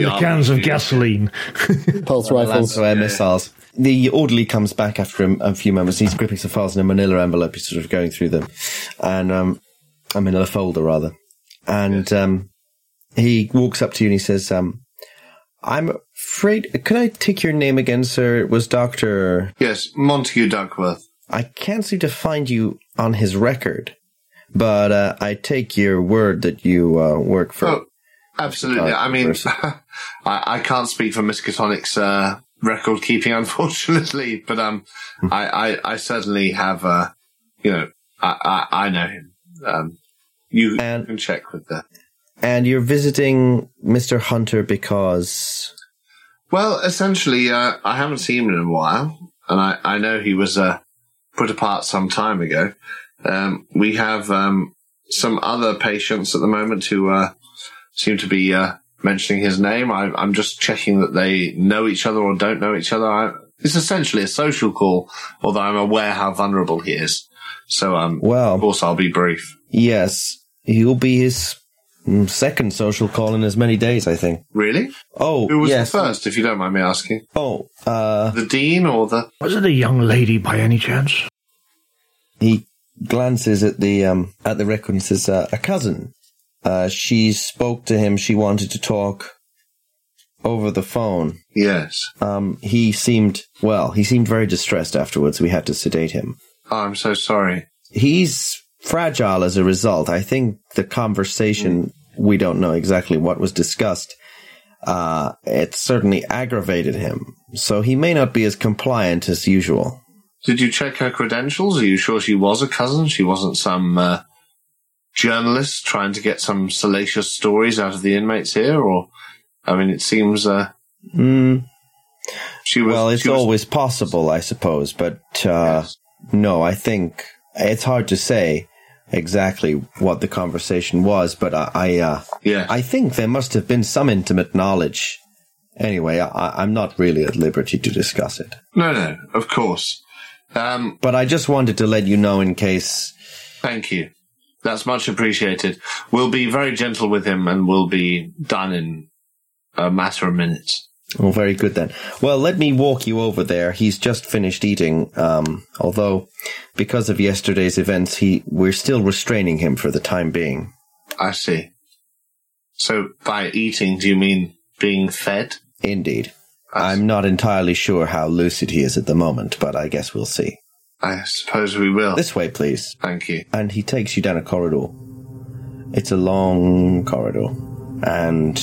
S2: the cans of gasoline.
S4: Pulse rifles.
S1: Lancer missiles. The orderly comes back after him a few moments. He's gripping some files in a manila envelope. He's sort of going through them. And, um, a manila folder, rather. And, um, he walks up to you and he says, um, I'm afraid, can I take your name again, sir? It was Dr.
S5: Yes, Montague Duckworth.
S1: I can't seem to find you on his record, but, uh, I take your word that you, uh, work for.
S5: Oh, absolutely. I mean, I, I can't speak for Miss Catonic's uh, record keeping, unfortunately, but um, I, I, I certainly have, uh, you know, I, I, I know him. Um, you can check with the.
S1: And you're visiting Mr. Hunter because
S5: Well, essentially, uh, I haven't seen him in a while, and I, I know he was uh, put apart some time ago. Um, we have um, some other patients at the moment who uh, seem to be uh, mentioning his name. I, I'm just checking that they know each other or don't know each other. I, it's essentially a social call, although I'm aware how vulnerable he is. So, um,
S1: Well.
S5: of course, I'll be brief.
S1: Yes, he'll be his mm, second social call in as many days, I think.
S5: Really?
S1: Oh,
S5: Who was
S1: yes.
S5: the first, if you don't mind me asking?
S1: Oh, uh,
S5: The dean or the?
S2: Was it a young lady by any chance?
S1: he glances at the um at the record and says, uh, "A cousin. Uh, she spoke to him. She wanted to talk over the phone.
S5: Yes.
S1: Um, he seemed well. He seemed very distressed afterwards. We had to sedate him.
S5: Oh, I'm so sorry.
S1: he's fragile as a result. I think the conversation, we don't know exactly what was discussed, uh, it certainly aggravated him. So he may not be as compliant as usual.
S5: Did you check her credentials? Are you sure she was a cousin? She wasn't some uh, journalist trying to get some salacious stories out of the inmates here, or I mean, it seems uh,
S1: Mm,
S5: she was.
S1: well, it's
S5: she was-
S1: always possible, I suppose, but uh, no, I think it's hard to say exactly what the conversation was, but I, I, uh,
S5: Yeah.
S1: I think there must have been some intimate knowledge. Anyway, I, I'm not really at liberty to discuss it.
S5: no, no, of course. Um,
S1: But I just wanted to let you know in case.
S5: thank you. That's much appreciated. We'll be very gentle with him, and we'll be done in a matter of minutes.
S1: Oh, very good then. Well, let me walk you over there. He's just finished eating. Um, although, because of yesterday's events, he we're still restraining him for the time being.
S5: I see. So, by eating, do you mean being fed?
S1: Indeed, I'm not entirely sure how lucid he is at the moment, but I guess we'll see.
S5: I suppose we will.
S1: This way, please.
S5: Oh. Thank you.
S1: And he takes you down a corridor. It's a long corridor, and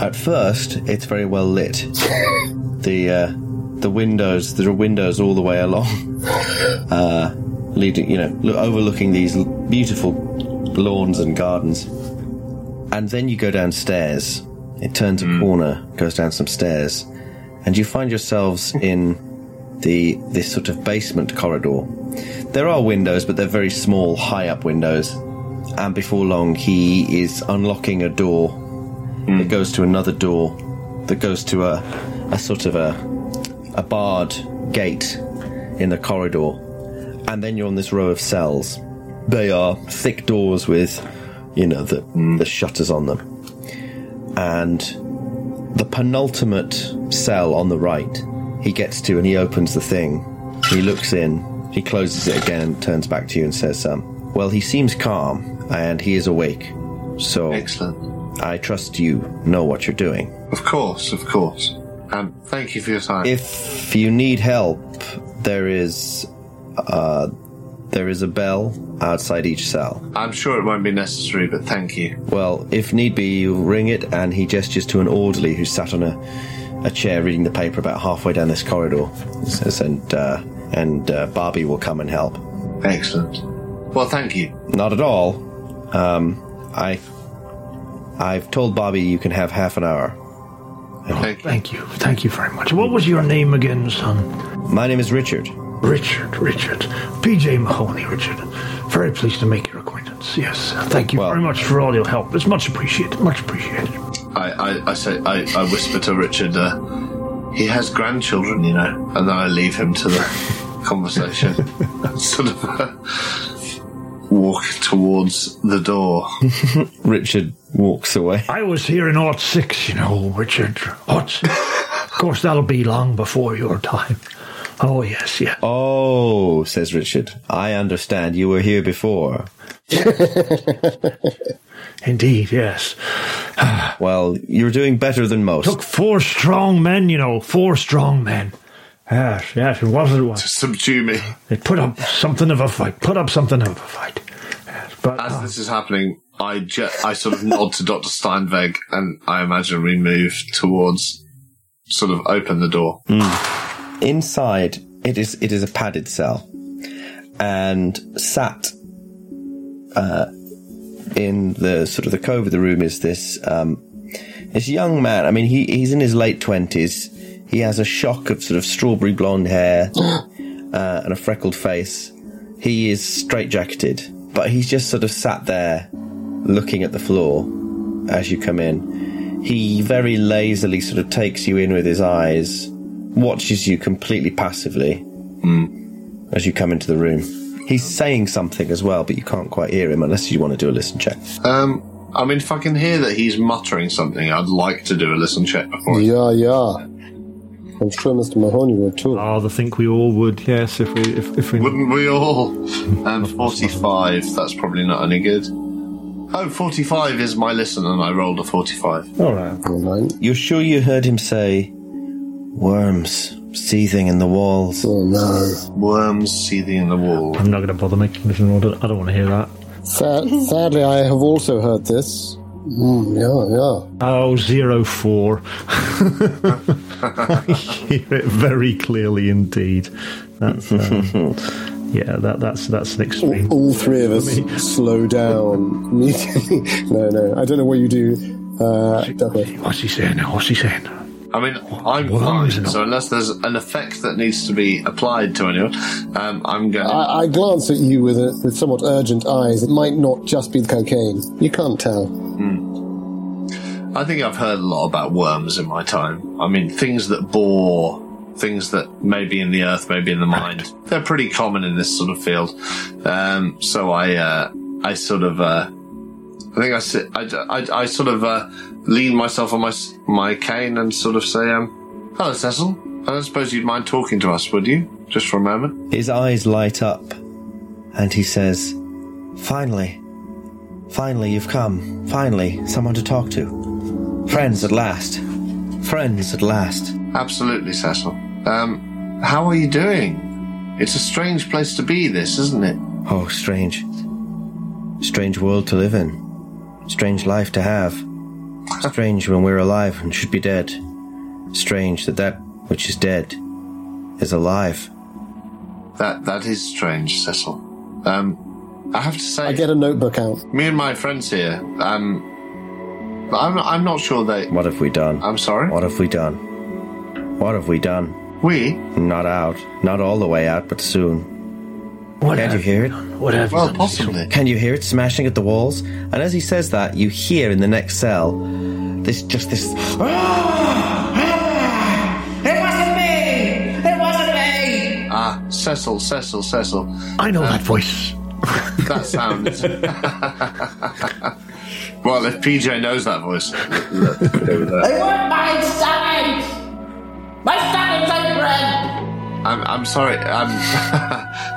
S1: at first, it's very well lit. the uh, the windows. There are windows all the way along, uh, leading, you know, lo- overlooking these l- beautiful lawns and gardens. And then you go downstairs. It turns a mm. corner, goes down some stairs, and you find yourselves in the this sort of basement corridor. There are windows, but they're very small, high up windows. And before long, he is unlocking a door mm. that goes to another door that goes to a, a sort of a, a barred gate in the corridor. And then you're on this row of cells. They are thick doors with, you know, the, mm. the shutters on them. And the penultimate cell on the right, he gets to and he opens the thing. He looks in, he closes it again, and turns back to you and says, um, Well, he seems calm and he is awake. So.
S5: Excellent.
S1: I trust you know what you're doing.
S5: Of course, of course. And thank you for your time.
S1: If you need help, there is uh, there is a bell outside each cell.
S5: I'm sure it won't be necessary, but thank you.
S1: Well, if need be, you ring it, and he gestures to an orderly who sat on a, a chair reading the paper about halfway down this corridor. It says, and uh, and uh, Barbie will come and help.
S5: Excellent. Well, thank you.
S1: Not at all. Um, I I've told Bobby you can have half an hour.
S2: Thank you. Thank you. Thank you very much. What was your name again, son?
S1: My name is Richard.
S2: Richard, Richard. PJ Mahoney, Richard. Very pleased to make your acquaintance. Yes. Thank you well, very much for all your help. It's much appreciated. Much appreciated.
S5: I, I, I say I, I whisper to Richard, uh, he has grandchildren, you know, and then I leave him to the conversation. sort of uh, walk towards the door.
S1: Richard walks away.
S2: I was here in Art 6, you know, Richard. Art Of course, that'll be long before your time. Oh, yes, yeah.
S1: Oh, says Richard. I understand you were here before.
S2: Indeed, yes.
S1: well, you're doing better than most.
S2: Took four strong men, you know, four strong men. Yes, yes, it wasn't one.
S5: To subdue me.
S2: They put up something of a fight. Put up something of a fight. Yes, but,
S5: As uh, this is happening, I, ju- I sort of nod to Dr. Steinweg and I imagine we move towards sort of open the door.
S1: Mm. Inside it is it is a padded cell and sat uh, in the sort of the cove of the room is this um, this young man I mean he he's in his late 20s he has a shock of sort of strawberry blonde hair uh, and a freckled face he is straight jacketed but he's just sort of sat there looking at the floor as you come in. He very lazily sort of takes you in with his eyes, watches you completely passively
S5: mm.
S1: as you come into the room. He's saying something as well, but you can't quite hear him unless you want to do a listen check.
S5: Um, I mean, if I can hear that he's muttering something, I'd like to do a listen check before.
S4: Yeah, yeah. I'm sure Mr. Mahoney would too.
S16: Oh, I think we all would. Yes, if we if, if we
S5: wouldn't we all. And 45. That's probably not any good. Oh, 45 is my listen, and I rolled a 45.
S16: All right.
S4: All right.
S1: You're sure you heard him say, worms seething in the walls?
S4: Oh, no.
S5: Worms seething in the walls.
S16: I'm not going to bother making this an order. I don't want to hear that.
S4: Sad- sadly, I have also heard this. Mm, yeah,
S16: yeah. Oh, zero four. I hear it very clearly indeed. That's. Uh, yeah, that, that's that's an extreme.
S4: All, all three of us slow down immediately. no, no, I don't know what you do. Uh,
S2: what's, he, what's he saying now? What's he saying?
S5: I mean, I'm blind, well, so unless there's an effect that needs to be applied to anyone, um, I'm going.
S4: I, I glance at you with a, with somewhat urgent eyes. It might not just be the cocaine. You can't tell.
S5: Mm. I think I've heard a lot about worms in my time. I mean, things that bore things that may be in the earth, maybe in the mind. They're pretty common in this sort of field. Um, so I, uh, I sort of, uh, I think I, sit, I, I, I sort of uh, lean myself on my my cane and sort of say, um, "Hello, Cecil. I don't suppose you'd mind talking to us, would you, just for a moment?"
S1: His eyes light up, and he says, "Finally, finally, you've come. Finally, someone to talk to. Friends at last. Friends at last."
S5: Absolutely, Cecil. Um, how are you doing? It's a strange place to be, this, isn't it?
S1: Oh, strange. Strange world to live in. Strange life to have. Strange when we're alive and should be dead. Strange that that which is dead is alive.
S5: That that is strange, Cecil. Um, I have to say,
S4: I get a notebook out.
S5: Me and my friends here. Um, I'm I'm not sure they.
S1: What have we done?
S5: I'm sorry.
S1: What have we done? What have we done?
S5: We
S1: not out, not all the way out, but soon. What Can you hear it?
S13: What have
S5: well, possibly.
S1: Can you hear it smashing at the walls? And as he says that, you hear in the next cell this just this.
S5: Ah, Cecil, Cecil, Cecil. Um,
S2: I know that voice.
S5: that sound. is- well, if PJ knows that voice, let- let- go with that.
S11: I want my seconds! My seconds, I bread!
S5: I'm, I'm sorry, um,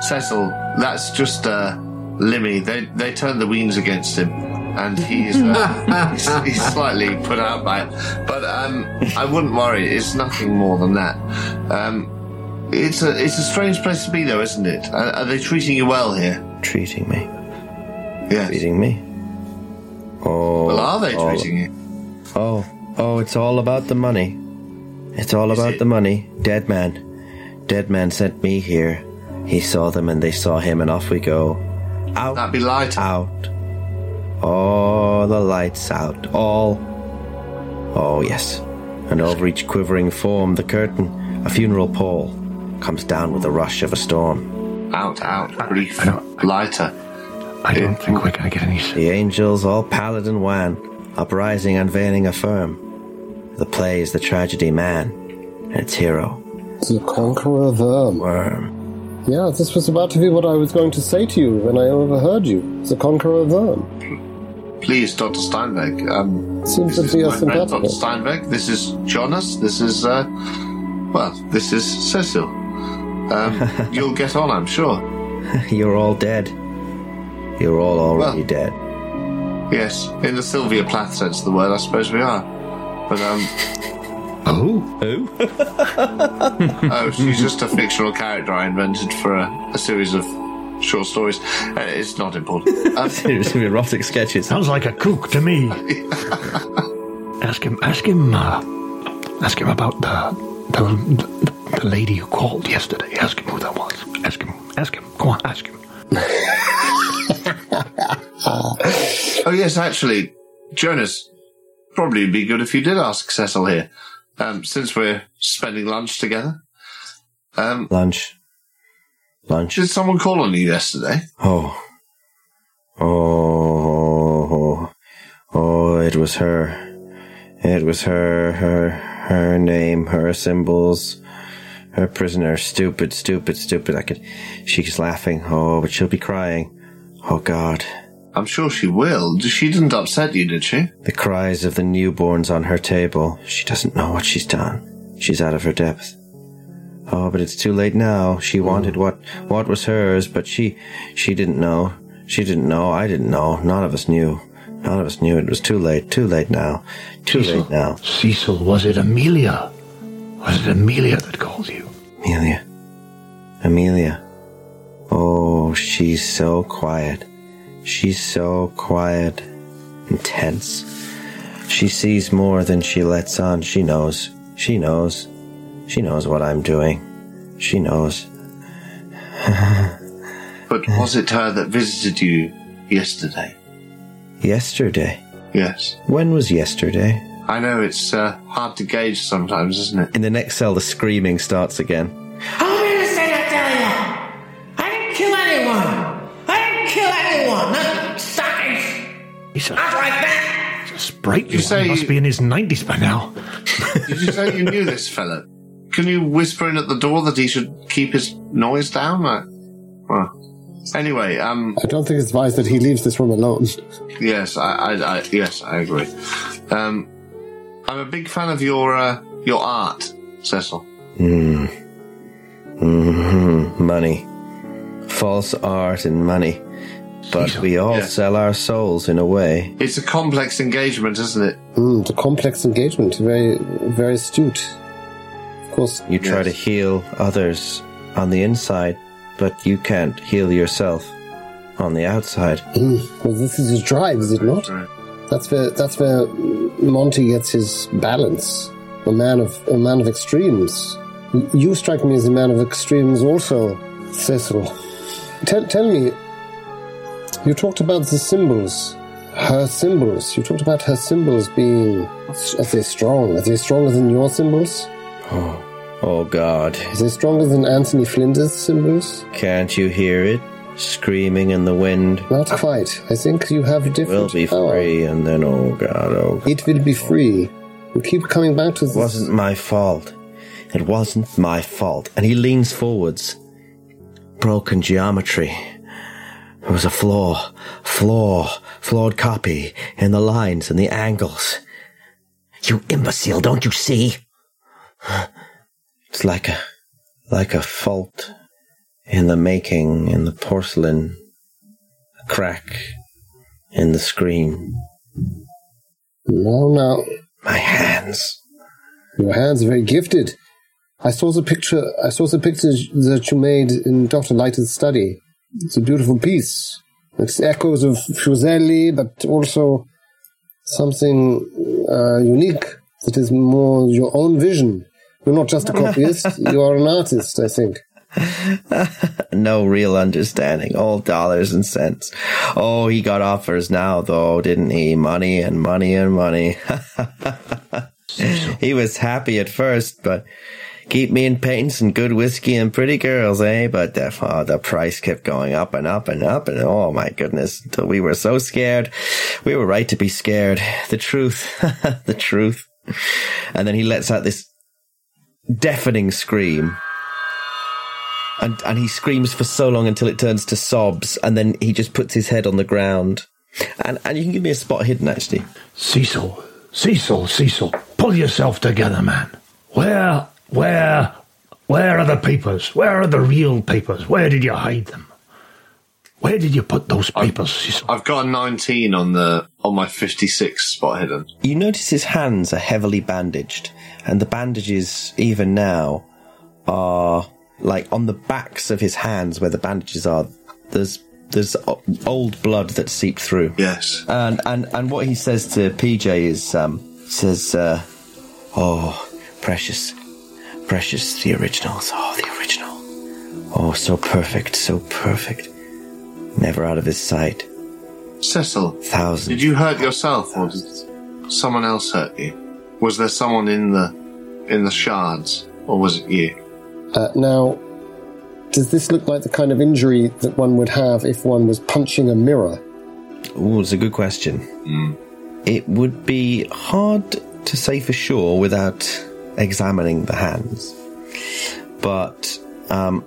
S5: Cecil. That's just uh, Limmy. They they turned the weens against him, and he's uh, he's, he's slightly put out by it. But um, I wouldn't worry. It's nothing more than that. Um, it's a it's a strange place to be, though, isn't it? Are, are they treating you well here?
S1: treating me,
S5: Yes.
S1: treating me. Oh,
S5: Well, are they
S1: oh,
S5: treating you?
S1: Oh, oh, it's all about the money. It's all about
S5: it?
S1: the money. Dead man. Dead man sent me here. He saw them and they saw him, and off we go. Out.
S5: That'd be light.
S1: Out. All the lights out. All. Oh, yes. And over each quivering form, the curtain, a funeral pall, comes down with the rush of a storm.
S5: Out, out, brief,
S2: I don't-
S5: lighter.
S2: I don't think we're going to get any.
S1: The angels, all pallid and wan, uprising, unveiling a firm. The play is the tragedy man, and its hero,
S4: To conquer them.
S1: worm.
S4: Yeah, this was about to be what I was going to say to you when I overheard you. To conquer them.
S5: Please, Dr. Steinbeck. Um,
S4: Seems
S5: this
S4: to be
S5: is
S4: a
S5: my friend, Dr.
S4: sympathetic.
S5: Steinbeck. This is Jonas. This is, uh, well, this is Cecil. Um, you'll get on, I'm sure.
S1: You're all dead. You're all already
S5: Well-
S1: dead.
S5: Yes, in the Sylvia Plath sense of the word, I suppose we are. But, um,
S2: Oh,
S5: oh, she's just a fictional character I invented for a, a series of short stories. Uh, it's not important. Um,
S1: It's some erotic sketches.
S2: sounds like a kook to me. ask him. Ask him. Uh, ask him about the, the the the lady who called yesterday. Ask him who that was. Ask him. Ask him. Go on. Ask him.
S5: oh, yes, actually, Jonas, probably be good if you did ask Cecil here, um, since we're spending lunch together. Um,
S1: Lunch. Lunch.
S5: Did someone call on you yesterday?
S1: Oh. Oh. Oh, it was her. It was her, her, her name, her symbols, her prisoner. Stupid, stupid, stupid. I could. She's laughing. Oh, but she'll be crying. Oh, God.
S5: I'm sure she will. She didn't upset you, did she?
S1: The cries of the newborns on her table. She doesn't know what she's done. She's out of her depth. Oh, but it's too late now. She wanted what what was hers, but she she didn't know. She didn't know. I didn't know. None of us knew. None of us knew. It was too late. Too late now. Too late now.
S2: Cecil, was it Amelia? Was it Amelia that called you?
S1: Amelia. Amelia. Oh, she's so quiet. She's so quiet and tense. She sees more than she lets on. She knows. She knows. She knows what I'm doing. She knows.
S5: But was it her that visited you yesterday?
S1: Yesterday.
S5: Yes.
S1: When was yesterday?
S5: I know it's uh, hard to gauge sometimes, isn't it?
S1: In the next cell, the screaming starts again.
S11: I'm here to say that, Delia. I didn't kill anyone. I didn't kill anyone. Not seconds.
S2: He's a,
S11: Not like that.
S2: a sprightly
S5: You
S2: one.
S5: say-
S2: He must be in his 90s by now.
S5: Did you say you knew this fellow? Can you whisper in at the door that he should keep his noise down? I, well, anyway, um,
S4: I don't think it's wise that he leaves this room alone.
S5: yes, I, I, I yes, I agree. Um, I'm a big fan of your uh, your art, Cecil.
S1: Mm. hmm Money. False art and money. But we all
S5: Yeah.
S1: sell our souls in a way.
S5: It's a complex engagement, isn't it?
S4: Mm, it's a complex engagement. Very, very astute. Of course,
S1: You try
S5: Yes.
S1: to heal others on the inside, but you can't heal yourself on the outside.
S4: mm, well, this is his drive, is it not?
S5: Right.
S4: That's where that's where Monty gets his balance. A man of a man of extremes. You strike me as a man of extremes, also, Cecil. Tell, tell me, you talked about the symbols, her symbols. You talked about her symbols being. Are they strong? Are they stronger than your symbols?
S1: Oh, oh God.
S4: Are they stronger than Anthony Flinders' symbols?
S1: Can't you hear it? Screaming in the wind.
S4: Not quite. I think you have a different.
S1: We'll be free,
S4: power.
S1: and then oh God, oh God.
S4: It will be free. You keep coming back to this.
S1: It wasn't my fault. It wasn't my fault. And he leans forwards. Broken geometry. There was a flaw, flaw, flawed copy in the lines and the angles.
S10: You imbecile, don't you see?
S1: It's like a, like a fault in the making, in the porcelain, a crack in the screen.
S4: No, no.
S1: My hands.
S4: Your hands are very gifted. I saw the picture. I saw the pictures that you made in Doctor Light's study. It's a beautiful piece. It's echoes of Fuseli, but also something uh, unique that is more your own vision. You're not just a copyist; you are an artist. I think.
S1: no real understanding. All dollars and cents. Oh, he got offers now, though, didn't he? Money and money and money. he was happy at first, but keep me in paints and good whiskey and pretty girls, eh? But the, oh, the price kept going up and up and up, and oh my goodness, until we were so scared. We were right to be scared. The truth. the truth. And then he lets out this deafening scream. And, and he screams for so long until it turns to sobs, and then he just puts his head on the ground. And, and you can give me a spot hidden, actually.
S2: Cecil, Cecil, Cecil, pull yourself together, man. Where, where, where are the papers? Where are the real papers? Where did you hide them? Where did you put those papers,
S5: I've,
S2: Cecil?
S5: I've got a 19 on the on my 56 spot hidden.
S1: You notice his hands are heavily bandaged, and the bandages, even now, are like on the backs of his hands where the bandages are. There's there's old blood that seeped through.
S5: Yes.
S1: And and and what he says to PJ is um, says, uh, "Oh, precious, precious, the originals. Oh, the original. Oh, so perfect, so perfect. Never out of his sight."
S5: Cecil,
S1: thousand.
S5: Did you hurt yourself, or did someone else hurt you? Was there someone in the in the shards, or was it you?
S4: Uh, now, does this look like the kind of injury that one would have if one was punching a mirror?
S1: Oh, it's a good question.
S5: Mm.
S1: It would be hard to say for sure without examining the hands, but um,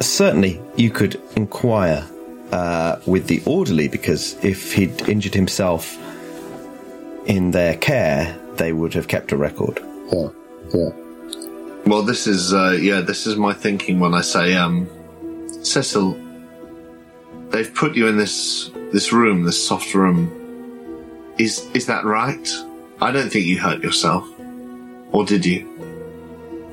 S1: certainly you could inquire uh, with the orderly because if he'd injured himself in their care, they would have kept a record.
S4: Yeah, yeah.
S5: Well, this is uh, yeah, this is my thinking when I say, um, Cecil, they've put you in this this room, this soft room. Is is that right? I don't think you hurt yourself, or did you?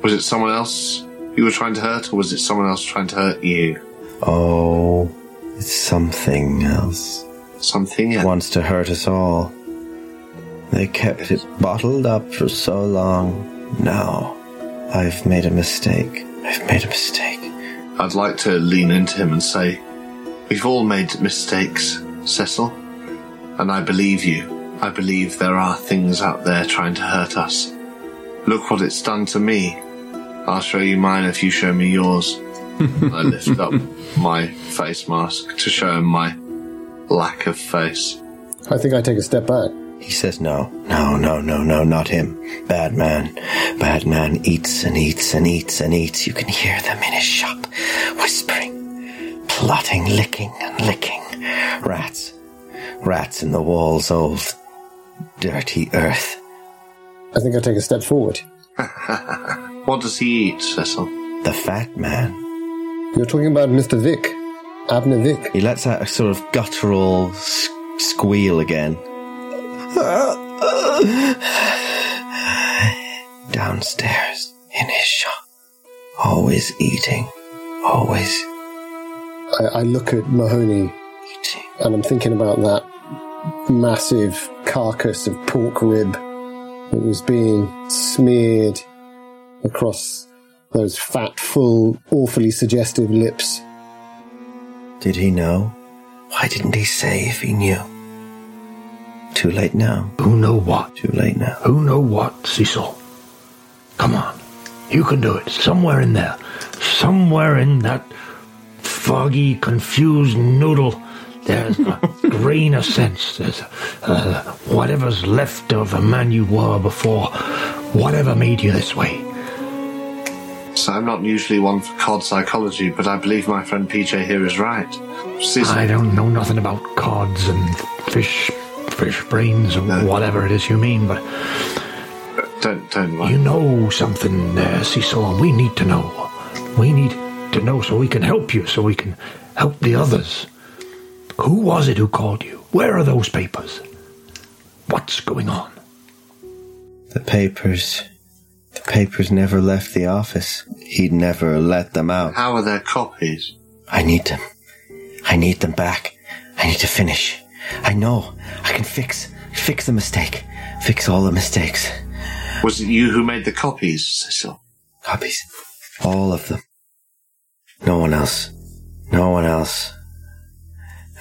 S5: Was it someone else you were trying to hurt, or was it someone else trying to hurt you?
S1: Oh, it's something else.
S5: Something else
S1: wants to hurt us all. They kept it bottled up for so long. Now. I've made a mistake. I've made a mistake.
S5: I'd like to lean into him and say, We've all made mistakes, Cecil. And I believe you. I believe there are things out there trying to hurt us. Look what it's done to me. I'll show you mine if you show me yours. I lift up my face mask to show him my lack of face.
S4: I think I take a step back.
S1: He says, No, no, no, no, no, not him. Bad man. Bad man eats and eats and eats and eats. You can hear them in his shop, whispering, plotting, licking and licking. Rats. Rats in the walls, old, dirty earth.
S4: I think I take a step forward.
S5: what does he eat, Cecil?
S1: The fat man.
S4: You're talking about Mr. Vic. Abner Vic.
S1: He lets out a sort of guttural squeal again. Downstairs in his shop, always eating, always.
S4: I, I look at Mahoney
S1: eating.
S4: and I'm thinking about that massive carcass of pork rib that was being smeared across those fat, full, awfully suggestive lips.
S1: Did he know? Why didn't he say if he knew? Too late now.
S2: Who know what?
S1: Too late now.
S2: Who know what, Cecil? Come on. You can do it. Somewhere in there. Somewhere in that foggy, confused noodle. There's a grain of sense. There's uh, whatever's left of the man you were before. Whatever made you this way.
S5: So I'm not usually one for cod psychology, but I believe my friend PJ here is right.
S2: Cecil. I don't know nothing about cods and fish, fish brains or no. whatever it is you mean, but
S5: don't don't. Worry.
S2: You know something, there, Cecil, and we need to know. We need to know so we can help you, so we can help the others. Who was it who called you? Where are those papers? What's going on?
S1: The papers the papers never left the office. He'd never let them out.
S5: How are their copies?
S1: I need them. I need them back. I need to finish. I know. I can fix fix the mistake. Fix all the mistakes.
S5: Was it you who made the copies, Cecil?
S1: Copies. All of them. No one else. No one else.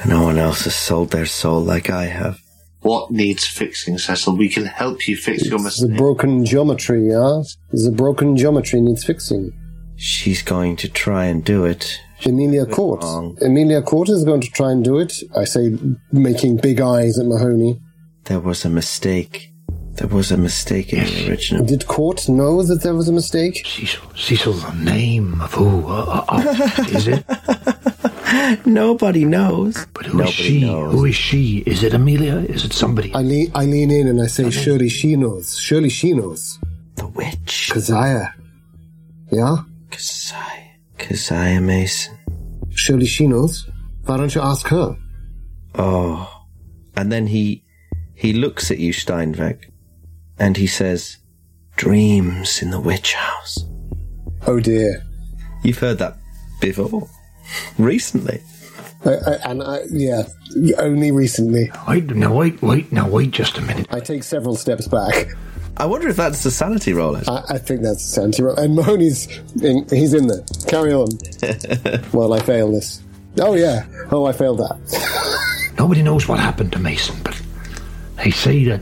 S1: No one else has sold their soul like I have.
S5: What needs fixing, Cecil? We can help you fix
S4: it's
S5: your mistake.
S4: The broken geometry, yeah? The broken geometry needs fixing.
S1: She's going to try and do it.
S4: She's Emilia Court. Wrong. Emilia Court is going to try and do it. I say, making big eyes at Mahoney.
S1: There was a mistake. There was a mistake in yes. the original.
S4: Did Court know that there was a mistake?
S2: Cecil, Cecil, the name of who uh, uh, is it?
S1: Nobody knows.
S2: But who Nobody is she? Knows. Who is she? Is it Amelia? Is it somebody?
S4: I lean, I lean in and I say, okay. surely she knows. Surely she knows.
S1: The witch.
S4: Keziah. Yeah?
S1: Keziah. Keziah Mason.
S4: Surely she knows. Why don't you ask her?
S1: Oh. And then he, he looks at you, Steinweg, and he says, dreams in the witch house.
S4: Oh dear.
S1: You've heard that before recently.
S4: I, I, and I, yeah, only recently.
S2: Wait, no, wait, wait, now wait just a minute.
S4: I take several steps back.
S1: I wonder if that's a sanity roll.
S4: I, think that's a sanity roll. And Mahoney's in, he's in there. Carry on. well, I fail this. Oh, yeah. Oh, I failed that.
S2: Nobody knows what happened to Mason, but they say that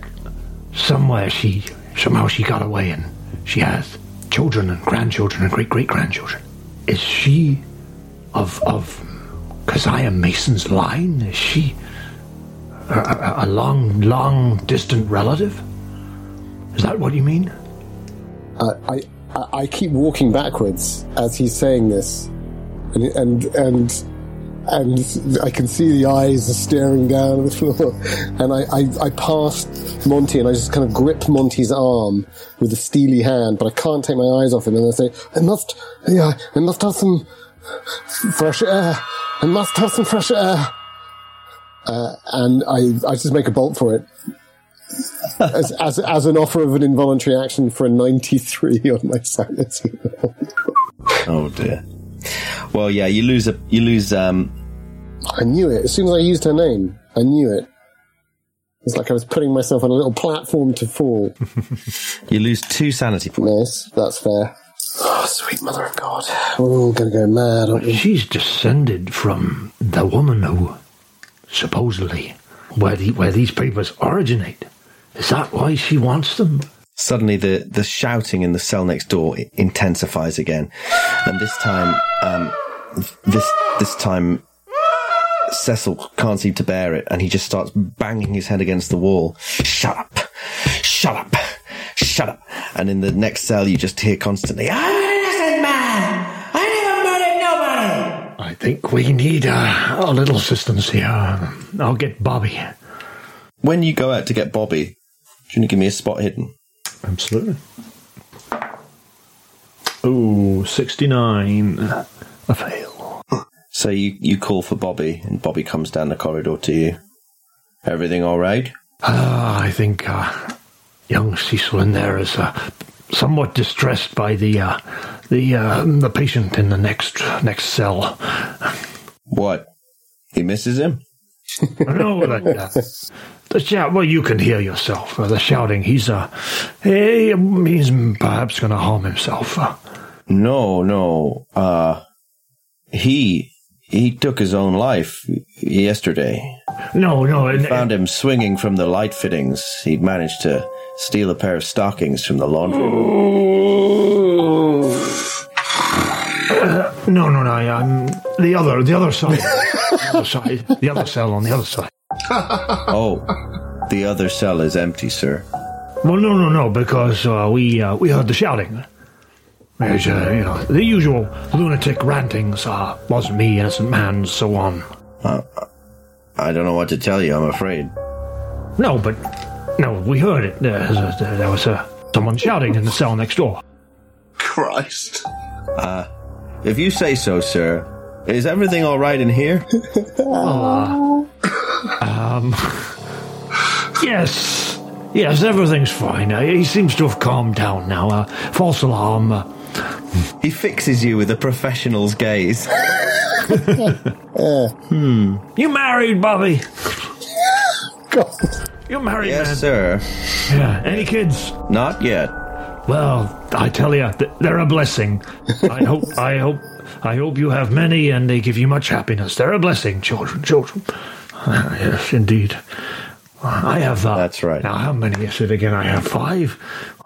S2: somewhere she, somehow she got away and she has children and grandchildren and great great grandchildren. Is she of of Keziah Mason's line? Is she a, a, a, long, long distant relative? Is that what you mean?
S4: Uh, I, I I keep walking backwards as he's saying this, and and and. And I can see the eyes are staring down at the floor. And I, I, I passed Monty and I just kind of grip Monty's arm with a steely hand, but I can't take my eyes off him. And I say, I must, yeah, I must have some, fresh air. I must have some fresh air. Uh, and I, I just make a bolt for it. As, as, as, an offer of an involuntary action for a 93 on my sanity.
S1: oh dear. Well, yeah, you lose a, you lose, um...
S4: I knew it. As soon as I used her name, I knew it. It's like I was putting myself on a little platform to fall.
S1: you lose two sanity
S4: points. Yes, that's fair. Oh, sweet mother of God. We're all going to go mad, aren't we?
S2: She's descended from the woman who, supposedly, where, the, where these papers originate. Is that why she wants them?
S1: Suddenly, the, the shouting in the cell next door intensifies again. And this time, um, this, this time, Cecil can't seem to bear it and he just starts banging his head against the wall. Shut up! Shut up! shut up. And in the next cell, you just hear constantly, "Ah!"
S18: I'm an innocent man. I never murdered nobody.
S2: I think we need uh, a little assistance here. I'll get Bobby.
S19: When you go out to get Bobby, do you want to give me a spot hidden?
S20: Absolutely. Oh, 69. A fail.
S19: So you, you call for Bobby, and Bobby comes down the corridor to you. Everything all right?
S2: Uh, I think uh, young Cecil in there is uh, somewhat distressed by the uh, the uh, the patient in the next next cell.
S19: What? He misses him.
S2: no, the, the shout. Well, you can hear uh, yourself. the shouting. He's uh, he, he's perhaps going to harm himself.
S1: No, no. Uh, he he took his own life yesterday.
S2: No, no.
S1: We found him swinging from the light fittings. He'd managed to steal a pair of stockings from the laundry.
S2: Uh, no, no, no. Um, the other, the other side, the other side, the other cell on the other side.
S1: oh, the other cell is empty, sir.
S2: Well, no, no, no, because uh, we uh, we heard the shouting. There's, uh, you know, the usual lunatic rantings. Uh, wasn't me, innocent man, so on.
S1: Uh, I don't know what to tell you. I'm afraid.
S2: No, but no, we heard it. There was, a, there was a, someone shouting in the cell next door.
S5: Christ.
S1: Uh, if you say so, sir. Is everything all right in here?
S2: uh, um. Yes. Yes, everything's fine. Uh, he seems to have calmed down now. Uh, false alarm. Uh,
S1: he fixes you with a professional's gaze.
S2: hmm. You married, Bobby?
S4: God.
S2: You married,
S1: yes,
S2: man.
S1: sir.
S2: Yeah. Any kids?
S1: Not yet.
S2: Well, I tell you, th- they're a blessing. I hope. I hope. I hope you have many, and they give you much happiness. They're a blessing, children. Children. yes, indeed. I have. Uh,
S1: That's right.
S2: Now, how many is it again? I have five.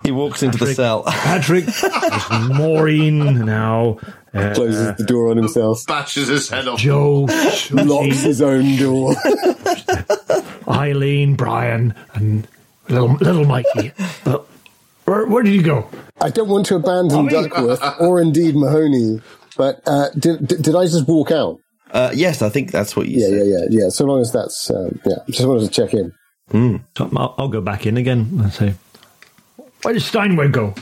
S1: He walks into
S2: Patrick,
S1: the cell.
S2: Patrick, there's Maureen now. Uh,
S4: Closes the door on himself.
S5: Bashes his head off.
S2: Joe
S4: locks his own door.
S2: Eileen, Brian, and little little Mikey. Uh, where, where did you go?
S4: I don't want to abandon Duckworth or indeed Mahoney, but uh, did, did did I just walk out?
S1: Uh, yes, I think that's what you
S4: Yeah,
S1: said.
S4: yeah, yeah, yeah. So long as that's uh, yeah, just wanted to check in.
S1: Mm.
S16: So I'll, I'll go back in again and say,
S2: Where did Steinway go?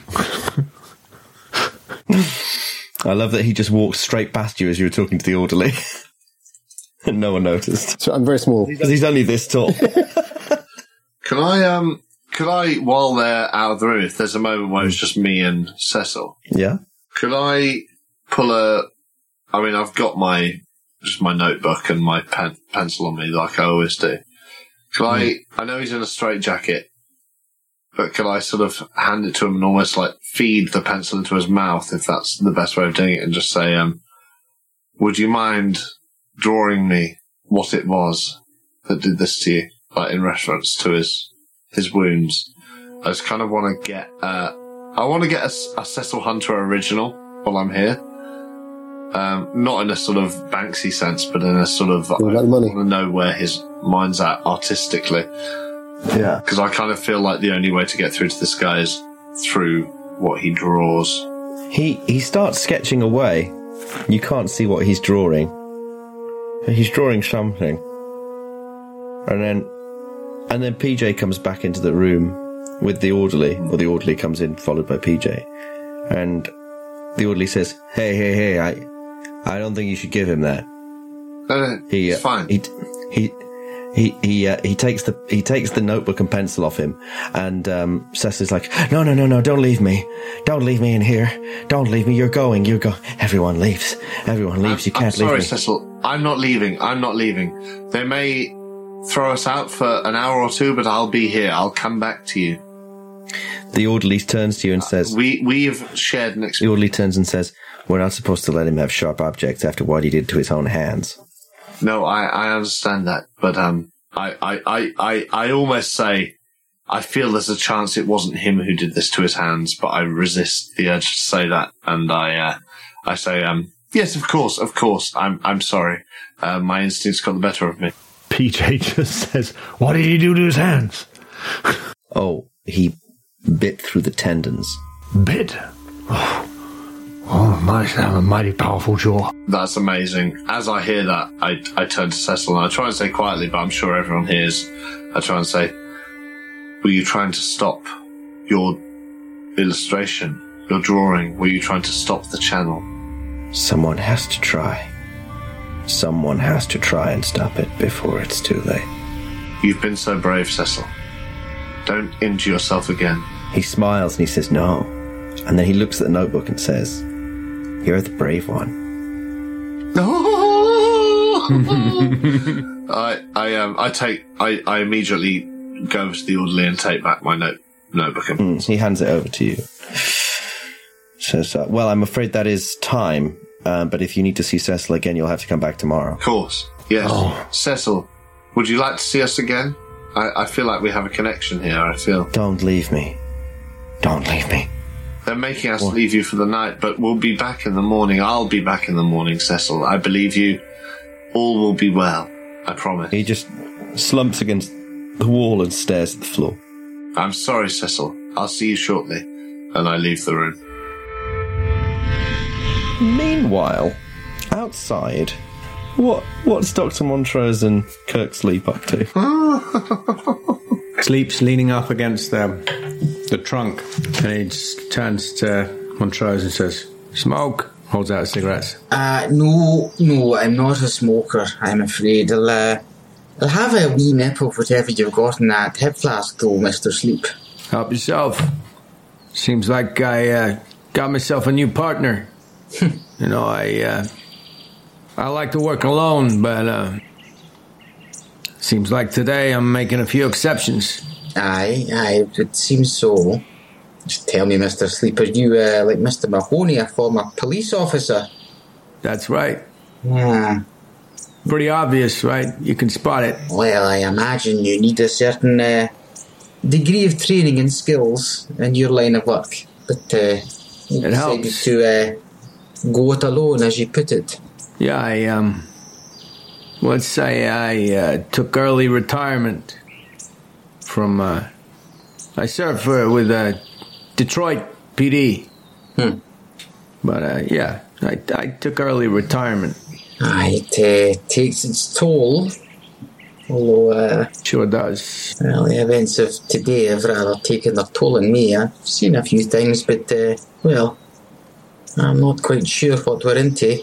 S1: I love that he just walked straight past you as you were talking to the orderly. and no one noticed.
S4: So I'm very small.
S1: Because he's only this tall.
S5: Can I, um, could I, while they're out of the room, if there's a moment where it's just me and Cecil,
S1: yeah?
S5: could I pull a, I mean, I've got my, just my notebook and my pen, pencil on me like I always do. Could I, I know he's in a straight jacket, but could I sort of hand it to him and almost like feed the pencil into his mouth if that's the best way of doing it and just say, um, would you mind drawing me what it was that did this to you? Like in reference to his, his wounds. I just kind of want to get, uh, I want to get a, a Cecil Hunter original while I'm here. Um, not in a sort of Banksy sense, but in a sort of
S4: What about the money?
S5: I want to know where his mind's at artistically
S1: Yeah.
S5: because I kind of feel like the only way to get through to this guy is through what he draws.
S1: He he starts sketching away. You can't see what he's drawing. He's drawing something. And then and then PJ comes back into the room with the orderly, or the orderly comes in followed by PJ. And the orderly says, "Hey, hey, hey, I I don't think you should give him that."
S5: No, no,
S1: He
S5: it's
S1: uh,
S5: fine.
S1: He he he he, uh, he takes the he takes the notebook and pencil off him, and um, Seth is like, "No, no, no, no! Don't leave me! Don't leave me in here! Don't leave me! You're going! You're go! Everyone leaves! Everyone leaves! you
S5: I'm
S1: can't
S5: sorry,
S1: leave me!"
S5: Cecil. I'm not leaving. I'm not leaving. They may throw us out for an hour or two, but I'll be here. I'll come back to you.
S1: The orderly turns to you and says,
S5: Uh, We we've shared an
S1: "The
S5: experience.
S1: orderly turns and says, we're not supposed to let him have sharp objects after what he did to his own hands.'"
S5: No, I I understand that, but um, I I I I, I almost say. I feel there's a chance it wasn't him who did this to his hands, but I resist the urge to say that, and I, uh, I say, um, yes, of course, of course. I'm, I'm sorry. Uh, my instincts got the better of me.
S16: PJ just says, What did he do to his hands?
S1: Oh, he bit through the tendons.
S2: Bit. Oh, oh my, they have a mighty powerful jaw.
S5: That's amazing. As I hear that, I, I turn to Cecil and I try and say quietly, but I'm sure everyone hears. I try and say, Were you trying to stop your illustration, your drawing? Were you trying to stop the channel?
S1: Someone has to try. Someone has to try and stop it before it's too late.
S5: You've been so brave, Cecil. Don't injure yourself again.
S1: He smiles and he says, No. And then he looks at the notebook and says, You're the brave one.
S5: I I um I take I, I immediately go
S1: Mm,
S5: over to the orderly and take back my note notebook and
S1: He hands it over to you. says, uh, "Well, I'm afraid that is time. Um, but if you need to see Cecil again, you'll have to come back tomorrow."
S5: Of course, yes. Oh. Cecil, would you like to see us again? I, I feel like we have a connection here. I feel.
S1: Don't leave me. Don't leave me.
S5: They're making us what? leave you for the night, but we'll be back in the morning. I'll be back in the morning, Cecil. I believe you. All will be well. I promise.
S1: He just slumps against the wall and stares at the floor.
S5: I'm sorry, Cecil. I'll see you shortly. And I leave the room.
S1: Meanwhile, outside, what what's Doctor Montrose and Kirk Sleep up
S5: Ah. to?
S17: Sleep's leaning up against the the trunk, and he just turns to Montrose and says, "Smoke." Holds out cigarettes.
S13: Uh, no, no, I'm not a smoker. I'm afraid. I'll, uh, I'll have a wee nip of whatever you've got in that hip flask, though, Mister Sleep.
S17: Help yourself. Seems like I uh, got myself a new partner. you know, I uh, I like to work alone, but uh, seems like today I'm making a few exceptions.
S13: Aye, aye, it seems so. Just tell me, Mister Sleeper, you uh, like Mister Mahoney, a former police officer?
S17: That's right.
S13: Yeah.
S17: Pretty obvious, right? You can spot it.
S13: Well, I imagine you need a certain uh, degree of training and skills in your line of work, but uh, you it decided helps. to uh, go it alone, as you put it.
S17: Yeah, I um, let's say I uh, took early retirement from. Uh, I served for with uh, Detroit PD,
S13: hmm.
S17: but uh, yeah, I, I took early retirement.
S13: Ah, it uh, takes its toll. Although, uh,
S17: sure does.
S13: Well, the events of today have rather taken a toll on me. I've seen a few things, but uh, well, I'm not quite sure what we're into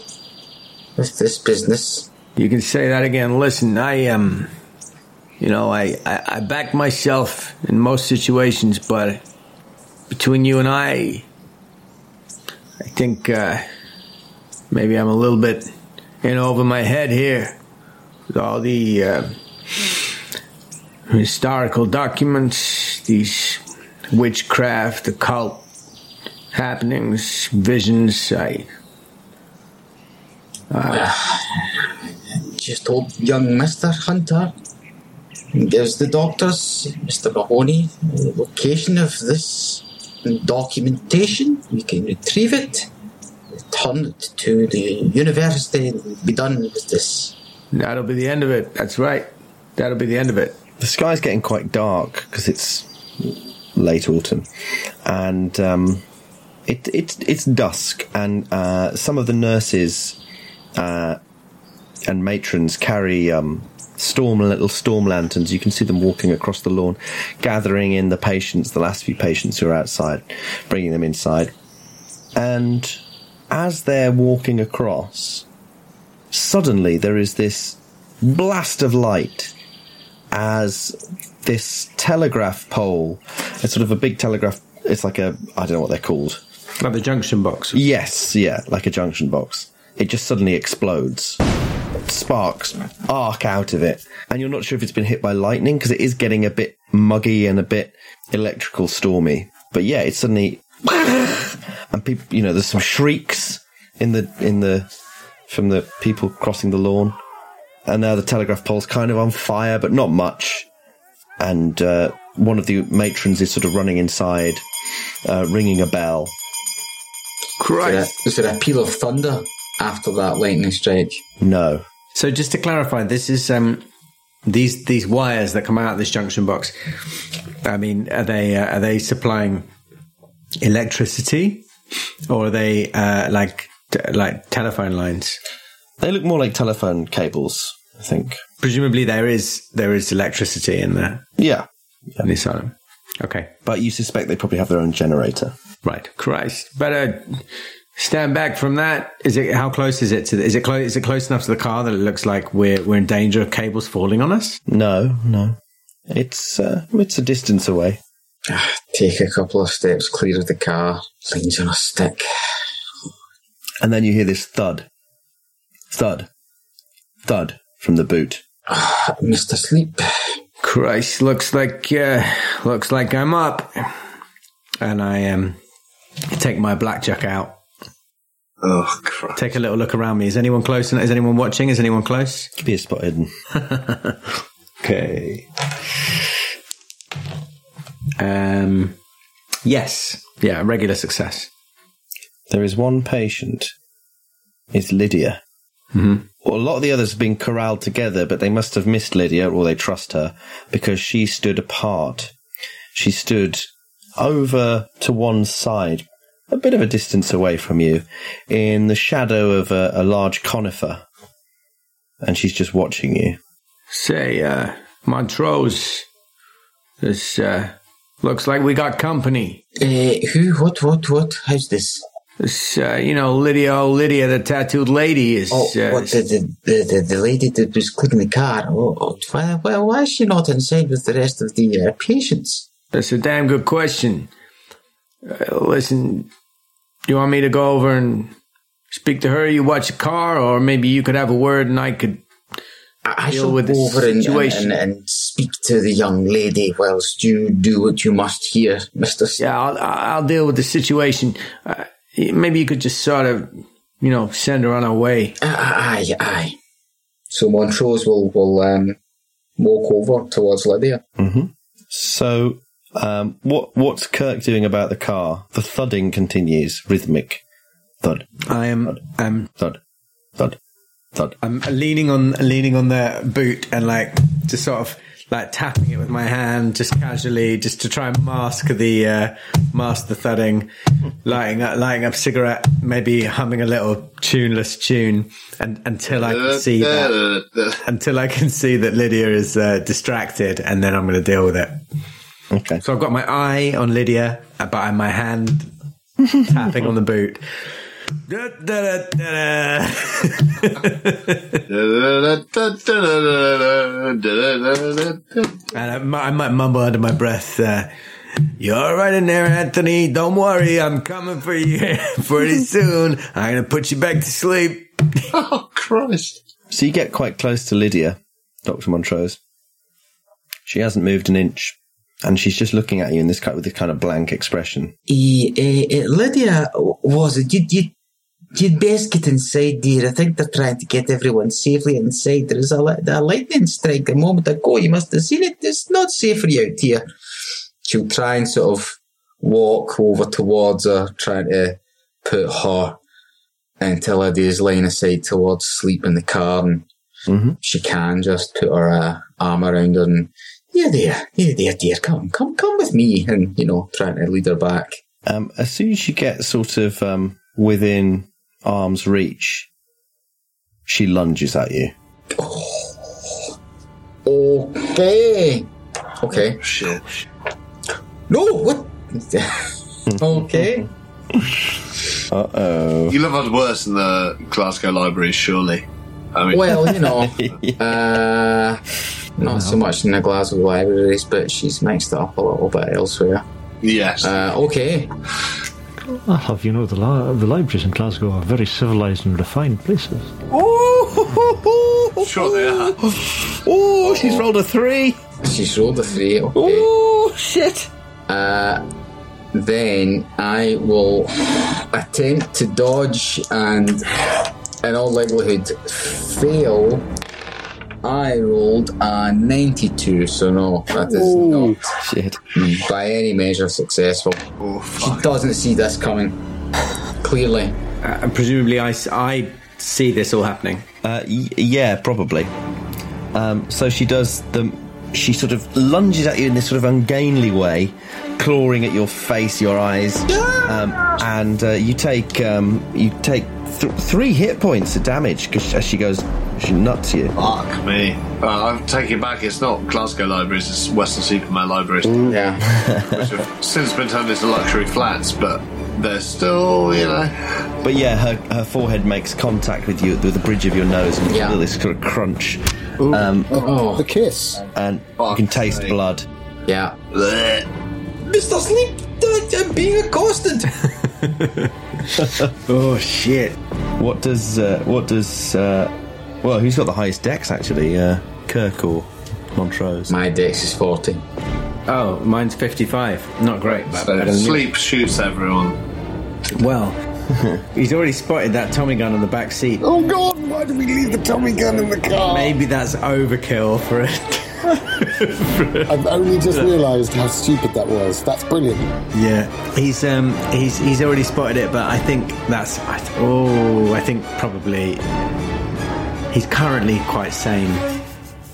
S13: with this business.
S17: You can say that again. Listen, I um, you know, I, I, I back myself in most situations, but between you and I, I think uh, maybe I'm a little bit in over my head here with all the uh, historical documents, these witchcraft, occult happenings, visions. I
S13: uh, just hope young Mister Hunter gives the doctors, Mister Mahoney, the location of this documentation. We can retrieve it, return it to the university, and be done with this.
S17: That'll be the end of it. That's right. That'll be the end of it.
S1: The sky's getting quite dark because it's late autumn, and um, it, it, it's dusk, and uh, some of the nurses uh, and matrons carry um, storm little storm lanterns. You can see them walking across the lawn, gathering in the patients, the last few patients who are outside, bringing them inside. And as they're walking across, suddenly there is this blast of light as this telegraph pole, it's sort of a big telegraph. It's like a I don't know what they're called.
S17: Like the junction box.
S1: Yes, yeah, like a junction box. It just suddenly explodes. Sparks arc out of it, and you're not sure if it's been hit by lightning because it is getting a bit muggy and a bit electrical stormy. But yeah, it's suddenly, and people, you know, there's some shrieks in the in the from the people crossing the lawn, and now the telegraph pole's kind of on fire, but not much. And uh, one of the matrons is sort of running inside, uh, ringing a bell.
S17: Christ.
S13: Is there a, is there a peal of thunder after that lightning strike?
S1: No.
S17: So just to clarify, this is um, these these wires that come out of this junction box. I mean, are they uh, are they supplying electricity, or are they uh, like t- like telephone lines?
S1: They look more like telephone cables, I think.
S17: Presumably, there is there is electricity in there.
S1: Yeah,
S17: in the asylum. Okay,
S1: but you suspect they probably have their own generator.
S17: Right, Christ, better stand back from that. Is it how close is it to? The, is it close? Is it close enough to the car that it looks like we're we're in danger of cables falling on us?
S1: No, no, it's uh, it's a distance away.
S13: Take a couple of steps clear of the car. Leans on a stick,
S1: and then you hear this thud, thud, thud from the boot.
S13: Uh, Mr. Sleep.
S17: Christ, looks like uh, looks like I'm up, and I am. Um, take my blackjack out.
S5: Oh, Christ.
S17: Take a little look around me. Is anyone close? Is anyone watching? Is anyone close?
S1: Give me a spot hidden.
S17: okay. Um, yes. Yeah, regular success.
S1: There is one patient. It's Lydia.
S17: Mm-hmm.
S1: Well, a lot of the others have been corralled together, but they must have missed Lydia or they trust her because she stood apart. She stood over to one side, a bit of a distance away from you, in the shadow of a, a large conifer. And she's just watching you.
S6: Say, uh, Montrose, this, uh, looks like we got company.
S13: Uh, who, what, what, what? How's this?
S6: This, uh, you know, Lydia, oh, Lydia, the tattooed lady is.
S13: Oh,
S6: uh,
S13: what, the, the, the, the lady that was cleaning the car. Oh, oh, why, why, why is she not inside with the rest of the uh, patients?
S6: That's a damn good question. Uh, listen, you want me to go over and speak to her? You watch the car, or maybe you could have a word and I could
S13: I shall go over and, and, and, speak to the young lady whilst you do what you must here, Mister.
S6: Yeah, I'll, I'll, deal with the situation. Uh, maybe you could just sort of, you know, send her on her way.
S13: Aye, aye. aye. So Montrose will will um, walk over towards Lydia.
S1: Mm-hmm. So, um, what what's Kirk doing about the car? The thudding continues, rhythmic thud.
S17: I am thud, um,
S1: thud, thud. Thud.
S17: I'm leaning on leaning on the boot and like just sort of like tapping it with my hand, just casually, just to try and mask the uh, mask the thudding, lighting up, lighting up cigarette, maybe humming a little tuneless tune, and until I can see that, until I can see that Lydia is uh, distracted, and then I'm going to deal with it.
S1: Okay.
S17: So I've got my eye on Lydia, uh, but I'm my hand tapping on the boot. Da, da, da, and I might, I might mumble under my breath, uh, "You're all right in there, Anthony. Don't worry, I'm coming for you pretty soon. I'm gonna put you back to sleep."
S5: oh Christ!
S1: So you get quite close to Lydia, Doctor Montrose. She hasn't moved an inch and she's just looking at you in this kind with this kind of blank expression.
S13: Uh, uh, Lydia, was it you? you You'd best get inside, dear. I think they're trying to get everyone safely inside. There is a, a lightning strike a moment ago. You must have seen it. It's not safe for you out here. She'll try and sort of walk over towards her, trying to put her until Lydia's line of sight towards sleep in the car. And
S1: mm-hmm.
S13: she can just put her uh, arm around her and yeah, there, yeah, there, dear, come, come, come with me, and you know, trying to lead her back.
S1: Um, as soon as you get sort of um, within arm's reach, she lunges at you.
S13: Oh. Okay, okay,
S5: Oh, shit.
S13: No, what? Oh. okay.
S1: uh oh.
S5: You love us worse than the Glasgow Library, surely.
S13: I mean, well, you know, uh, not so much in the Glasgow libraries, but she's mixed it up a little bit elsewhere.
S5: Yes.
S13: Uh, okay.
S16: I have you know the la- the libraries in Glasgow are very civilised and refined places.
S5: Oh, sure they are.
S1: Oh, she's rolled a three.
S13: She's rolled a three. Okay.
S1: Oh shit.
S13: Uh, then I will attempt to dodge and in all likelihood fail. I rolled a 92, so no, that is
S1: Ooh,
S13: not
S1: shit.
S13: by any measure successful.
S5: Oh,
S13: she doesn't see this coming, clearly.
S17: Uh, and presumably, I, I see this all happening.
S1: Uh, y- yeah, probably. Um, so she does the. She sort of lunges at you in this sort of ungainly way, clawing at your face, your eyes, um, and uh, you take um, you take Th- three hit points of damage because as she goes, she nuts you.
S5: Fuck me. Uh, I'm taking it back. It's not Glasgow Libraries. It's Western Superman Libraries.
S13: yeah.
S5: which have since been turned into luxury flats, but they're still, you know.
S1: But yeah, her, her forehead makes contact with you with the bridge of your nose, and you
S13: Yeah.
S1: feel this sort of crunch.
S4: Ooh.
S1: Um,
S13: Oh.
S4: The kiss.
S1: and you
S5: Fuck
S1: can taste
S5: me.
S1: blood.
S13: Yeah.
S5: Blech.
S13: Mr. Sleep, I'm being accosted.
S17: Oh shit!
S1: What does uh, what does uh, well? Who's got the highest dex actually? Uh, Kirk or Montrose?
S13: My dex is 40.
S17: Oh, mine's fifty-five. Not great. But
S5: So
S17: better than you.
S5: sleep shoots everyone.
S17: well. He's already spotted that Tommy gun on the back seat.
S4: Oh God! Why did we leave the Tommy gun in the car?
S17: Maybe that's overkill for it.
S4: I've only just realised how stupid that was. That's brilliant.
S17: Yeah, he's um, he's he's already spotted it, but I think that's I th- oh, I think probably he's currently quite sane.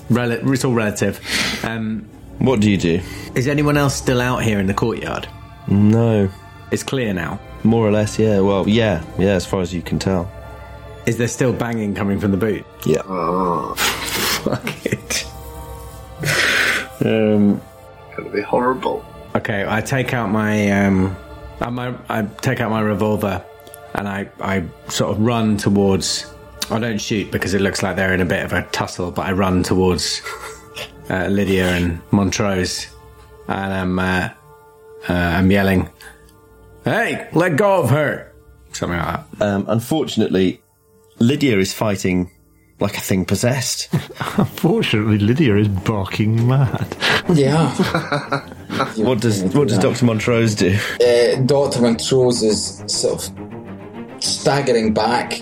S17: Rel- it's all relative. Um,
S1: what do you do?
S17: Is anyone else still out here in the courtyard?
S1: No,
S17: it's clear now.
S1: More or less, yeah. Well, yeah, yeah. As far as you can tell,
S17: is there still banging coming from the boot?
S1: Yeah.
S5: Oh.
S17: Fuck it. Um,
S5: Gonna be horrible.
S17: Okay, I take out my um, I, I take out my revolver, and I I sort of run towards. I don't shoot because it looks like they're in a bit of a tussle, but I run towards uh, Lydia and Montrose, and I'm uh, uh, I'm yelling, "Hey, let go of her!" Something like that.
S1: Um, unfortunately, Lydia is fighting like a thing possessed.
S16: Unfortunately, Lydia is barking mad.
S13: Yeah.
S1: what does what does Doctor Montrose do?
S13: Uh, Doctor Montrose is sort of staggering back,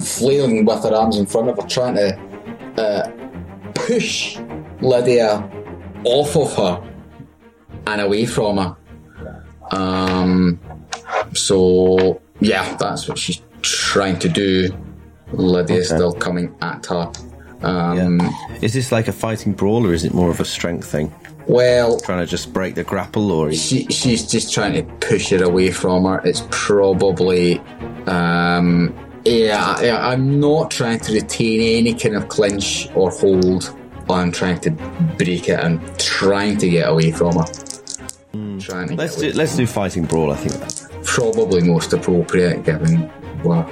S13: flailing with her arms in front of her, trying to uh, push Lydia off of her and away from her. Um. So yeah, that's what she's trying to do. Lydia's okay. still coming at her. Um,
S1: yeah. Is this like a fighting brawl, or is it more of a strength thing?
S13: Well,
S1: trying to just break the grapple, or
S13: she, she's just trying to push it away from her. It's probably, um, yeah, yeah. I'm not trying to retain any kind of clinch or hold. I'm trying to break it. I'm trying to get away from her.
S1: Mm. Trying to let's do let's do fighting brawl. I think
S13: probably most appropriate given what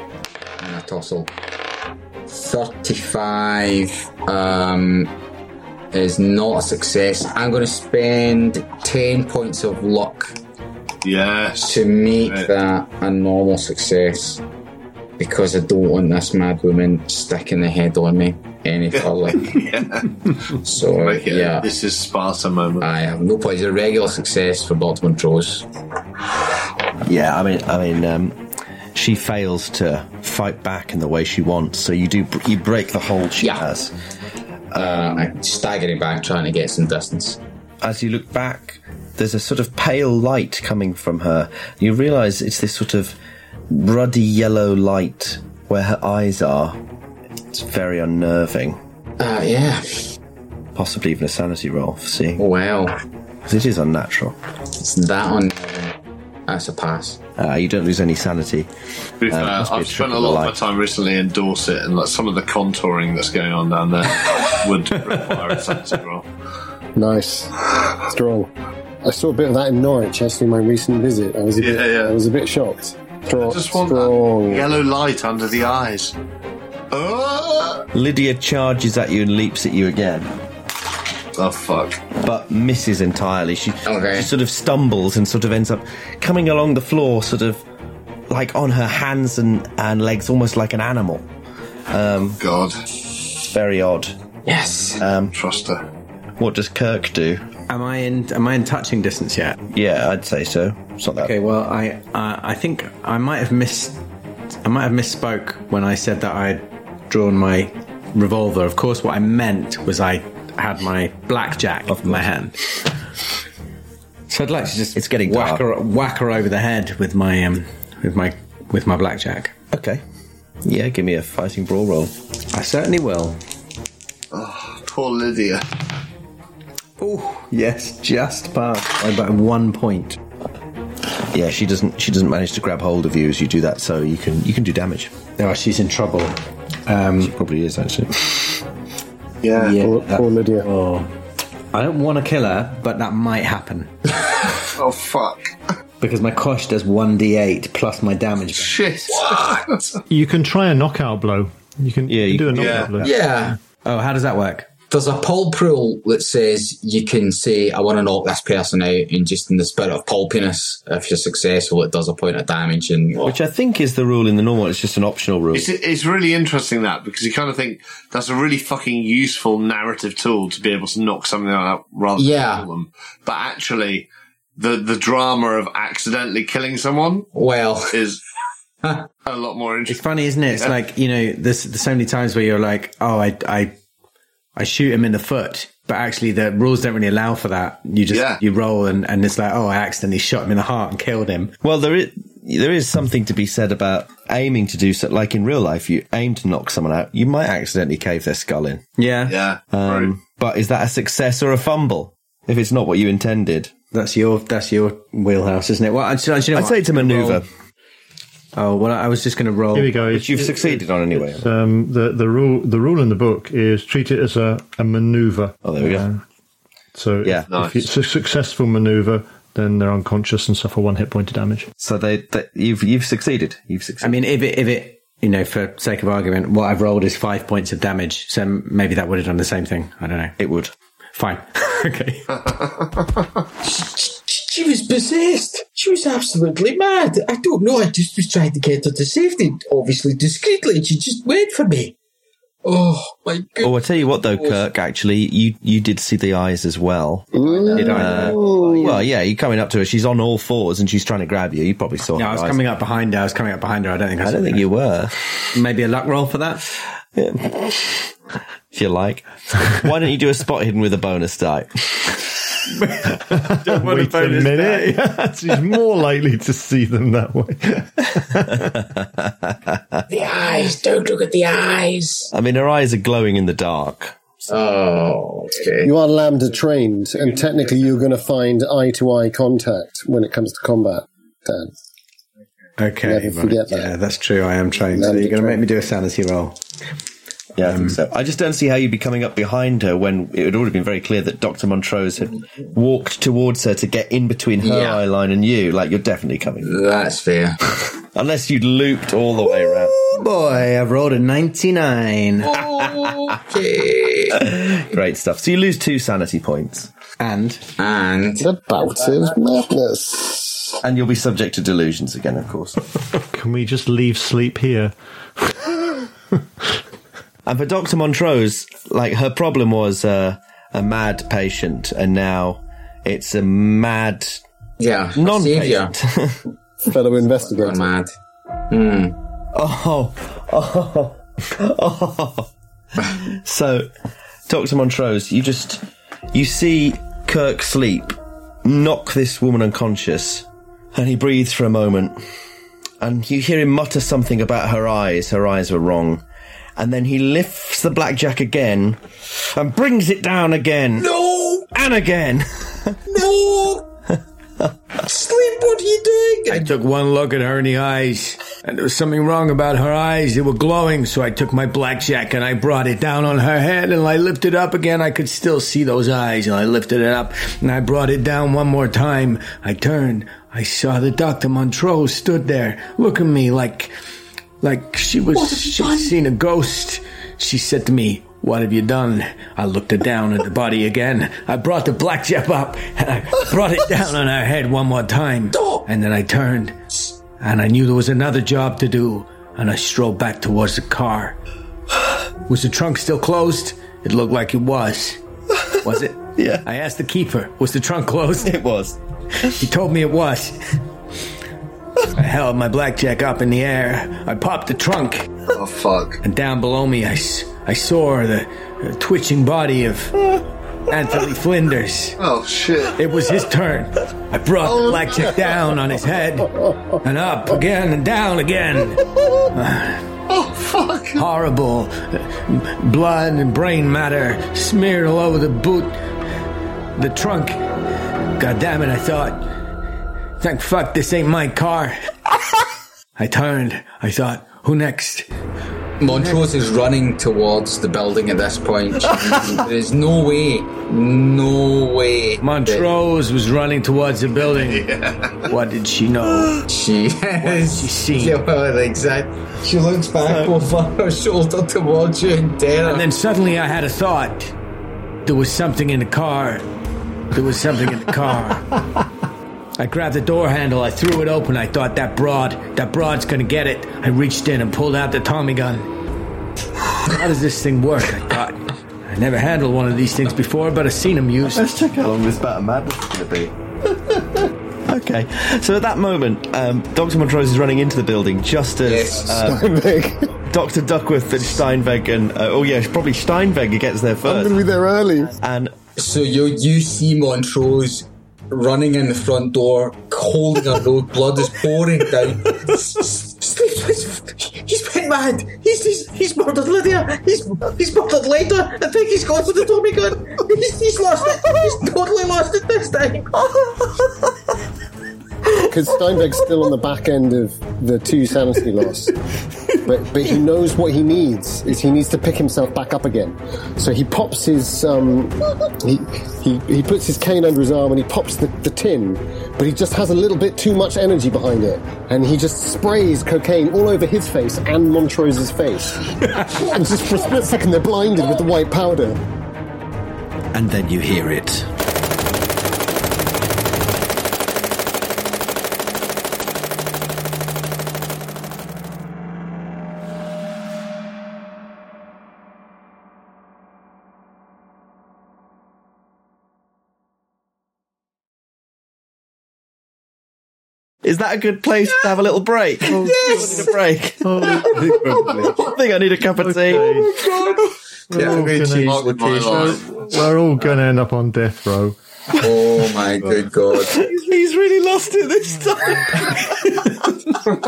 S13: a tussle. 35 um, is not a success. I'm going to spend 10 points of luck.
S5: Yes.
S13: To make right. that a normal success. Because I don't want this mad woman sticking the head on me any further.
S5: yeah.
S13: So, it, yeah.
S5: This is Sparta moment.
S13: I have no points. A regular success for Baltimore Trolls.
S1: Yeah, I mean, I mean, um, she fails to fight back in the way she wants. So you do you break the hold she yeah. has.
S13: Um, uh, staggering back, trying to get some distance.
S1: As you look back, there's a sort of pale light coming from her. You realise it's this sort of ruddy yellow light where her eyes are. It's very unnerving.
S13: Uh, yeah.
S1: Possibly even a sanity roll for seeing.
S13: Wow.
S1: Because it is unnatural.
S13: It's that unnatural. That's a pass.
S1: Uh, you don't lose any sanity.
S5: Um, uh, I've spent a lot of my time recently in Dorset, and like some of the contouring that's going on down there would require a sanity roll.
S4: Nice, strong. I saw a bit of that in Norwich. Actually, my recent visit, I was a yeah, bit, yeah. I was a bit shocked. Strong,
S5: I just want strong. that yellow light under the eyes. Oh!
S1: Lydia charges at you and leaps at you again.
S5: Oh fuck!
S1: But misses entirely. She, okay. she, sort of stumbles and sort of ends up coming along the floor, sort of like on her hands and, and legs, almost like an animal. Um,
S5: God,
S1: very odd.
S13: Yes.
S1: Um,
S5: Trust her.
S1: What does Kirk do?
S17: Am I in? Am I in touching distance yet?
S1: Yeah, I'd say so. It's not that.
S17: Okay. Well, I uh, I think I might have missed. I might have misspoke when I said that I'd drawn my revolver. Of course, what I meant was I had my blackjack in my hand. So I'd like to just
S1: it's getting
S17: whack her, whack her, over the head with my um, with my with my blackjack.
S1: Okay. Yeah, give me a fighting brawl roll.
S17: I certainly will.
S5: Oh, poor Lydia.
S17: Oh yes, just passed by about one point.
S1: Yeah, she doesn't she doesn't manage to grab hold of you as you do that, so you can you can do damage.
S17: Oh, she's in trouble. Um,
S1: she probably is actually.
S4: Yeah, yeah poor, that, poor Lydia.
S17: Oh. I don't want to kill her, but that might happen.
S5: oh fuck!
S17: Because my kosh does one d8 plus my damage.
S5: Shit! What?
S16: You can try a knockout blow. You can yeah, you, do a knockout
S5: yeah.
S16: blow.
S13: Yeah.
S17: Oh, how does that work?
S13: There's a pulp rule that says you can say, "I want to knock this person out," and just in the spirit of pulpiness, if you're successful, it does a point of damage. And
S1: which I think is the rule in the normal. It's just an optional rule.
S5: It's, it's really interesting that because you kind of think that's a really fucking useful narrative tool to be able to knock something out rather than yeah. kill them. But actually, the the drama of accidentally killing someone
S13: well
S5: is a lot more interesting.
S6: It's funny, isn't it? It's like you know, there's, there's so many times where you're like, oh, I I I shoot him in the foot, but actually the rules don't really allow for that. You just
S5: Yeah.
S6: you roll and and it's like, oh, I accidentally shot him in the heart and killed him.
S1: Well, there is there is something to be said about aiming to do so. Like in real life, you aim to knock someone out, you might accidentally cave their skull in.
S6: Yeah,
S5: Yeah.
S1: Um,
S5: right.
S1: But is that a success or a fumble? If it's not what you intended,
S6: that's your that's your wheelhouse, isn't it? Well, I, do you know
S1: I'd
S6: what?
S1: say it's a
S6: I'm gonna
S1: manoeuvre.
S6: roll- Oh well, I was just going to roll.
S16: Here we go.
S1: But you've succeeded on anyway.
S16: Um, the the rule the rule in the book is treat it as a, a maneuver. Um,
S1: Oh, there we go.
S16: so
S1: Yeah.
S16: if,
S5: Nice.
S16: if it's a successful maneuver, then they're unconscious and suffer one hit point of damage.
S1: So they, they you've you've succeeded. You've
S6: I
S1: succeeded.
S6: mean, if it if it you know, for sake of argument, what I've rolled is five points of damage, so maybe that would have done the same thing. I don't know.
S1: it would.
S6: Fine. okay.
S13: She was possessed. She was absolutely mad. I don't know. I just was trying to get her to safety, obviously discreetly, and she just went for me. Oh my goodness.
S1: Oh, I tell you what, though, Kirk. Actually, you you did see the eyes as well. Uh,
S6: Did I?
S16: Oh,
S1: Well, yeah, you're coming up to her. She's on all fours and she's trying to grab you. You probably saw.
S6: Yeah,
S1: her
S6: I was
S1: eyes.
S6: coming up behind her. I was coming up behind her. I don't think I,
S1: I
S6: saw
S1: don't think
S6: her.
S1: you were.
S6: Maybe a luck roll for that.
S1: If you like, why don't you do a spot hidden with a bonus die?
S16: Wait a minute, she's more likely to see them that way.
S13: the eyes. Don't look at the eyes.
S1: I mean, her eyes are glowing in the dark.
S13: Oh, okay.
S4: You are lambda trained, and technically you're going to find eye to eye contact when it comes to combat. Dan,
S6: Okay.
S4: Never forget that.
S6: Yeah, that's true. I am trying. So
S4: Never
S6: you're going to
S4: try.
S6: make me do a sanity roll. Um,
S1: Yeah, I think so. I just don't see how you'd be coming up behind her when it had already been very clear that Dr. Montrose had walked towards her to get in between her
S13: Yeah.
S1: eye line and you. Like, you're definitely coming.
S13: That's fair.
S1: Unless you'd looped all the way around.
S6: Boy, I've rolled a 99.
S13: okay.
S1: Great stuff. So you lose two sanity poits.
S6: And
S13: And
S4: about it, madness.
S1: And you'll be subject to delusions again, of course.
S16: Can we just leave sleep here?
S1: And for Dr. Montrose, like her problem was uh, a mad patient, and now it's a mad
S13: yeah,
S1: non
S13: savior.
S1: patient.
S4: Fellow
S13: Gone
S4: investigator.
S13: mad. Hmm.
S1: Oh, oh, oh. so, Dr. Montrose, you just you see Kirk sleep, knock this woman unconscious, and he breathes for a moment, and you hear him mutter something about her eyes. Her eyes were wrong. And then he lifts the blackjack again and brings it down again.
S13: No,
S1: And again.
S13: no. Sleep. What are you doing?
S6: I took one look at her in the eyes, and there was something wrong about her eyes. They were glowing, so I took my blackjack and I brought it down on her head, and I lifted up again. I could still see those eyes, and I lifted it up, and I brought it down one more time. I turned. I saw that Dr. Montrose stood there, looking at me like, like she was, she'd seen a ghost. She said to me, what have you done? I looked her down at the body again. I brought the blackjack up and I brought it down on her head one more time. And then I turned and I knew there was another job to do, and I strolled back towards the car. Was the trunk still closed? It looked like it was. Was it?
S1: Yeah.
S6: I asked the keeper, was the trunk closed?
S1: It was.
S6: He told me it was. I held my blackjack up in the air. I popped the trunk,
S5: Oh fuck!
S6: and down below me, I, s- I saw the uh, twitching body of Anthony Flinders.
S5: Oh shit! Oh,
S6: It was his turn. I brought the blackjack down on his head, and up again, and down again.
S5: Oh fuck!
S6: Horrible uh, blood and brain matter smeared all over the boot, the trunk. God damn it, I thought. Thank fuck, this ain't my car. I turned. I thought, who next?
S13: Montrose is running towards the building at this point. There's no way, no way. that
S6: Montrose was running towards the building. What did she know?
S13: She is.
S6: she seen?
S13: Yeah, well, exactly. She looks back over her shoulder towards you in terror.
S6: And then suddenly I had a thought. There was something in the car. There was something in the car. I grabbed the door handle, I threw it open. I thought that broad, that broad's gonna get it. I reached in and pulled out the Tommy gun. How does this thing work? I thought. I never handled one of these things before, but I've seen them used.
S1: Let's check how long this bout of madness is going to be. okay. So at that moment, um, Dr. Montrose is running into the building just as
S3: yes.
S1: uh, Dr. Duckworth and Steinweg and, uh, oh yeah, probably Steinweg gets there first.
S4: I'm going to be there early.
S1: And
S13: So you, you see Montrose running in the front door, holding a road, blood is pouring down.
S11: He's went mad. He's, he's, he's murdered Lydia. He's, he's murdered later. I think he's gone for the Tommy gun. He's, he's lost it. He's totally lost it this time.
S4: Because Steinbeck's still on the back end of the two sanity loss. But, but he knows what he needs is he needs to pick himself back up again. So he pops his um, he, he he puts his cane under his arm and he pops the, the tin, but he just has a little bit too much energy behind it, and he just sprays cocaine all over his face and Montrose's face, and just for a split second they're blinded with the white powder.
S15: And then you hear it.
S1: Is that a good place to have a little break? Oh,
S11: Yes.
S1: I need a break. I think Oh, I need a cup of tea.
S3: Yeah, I'm going to change
S14: Mark
S3: the
S14: my
S3: case.
S16: We're all going to end up on death row.
S13: Oh my good god.
S1: He's really lost it this time.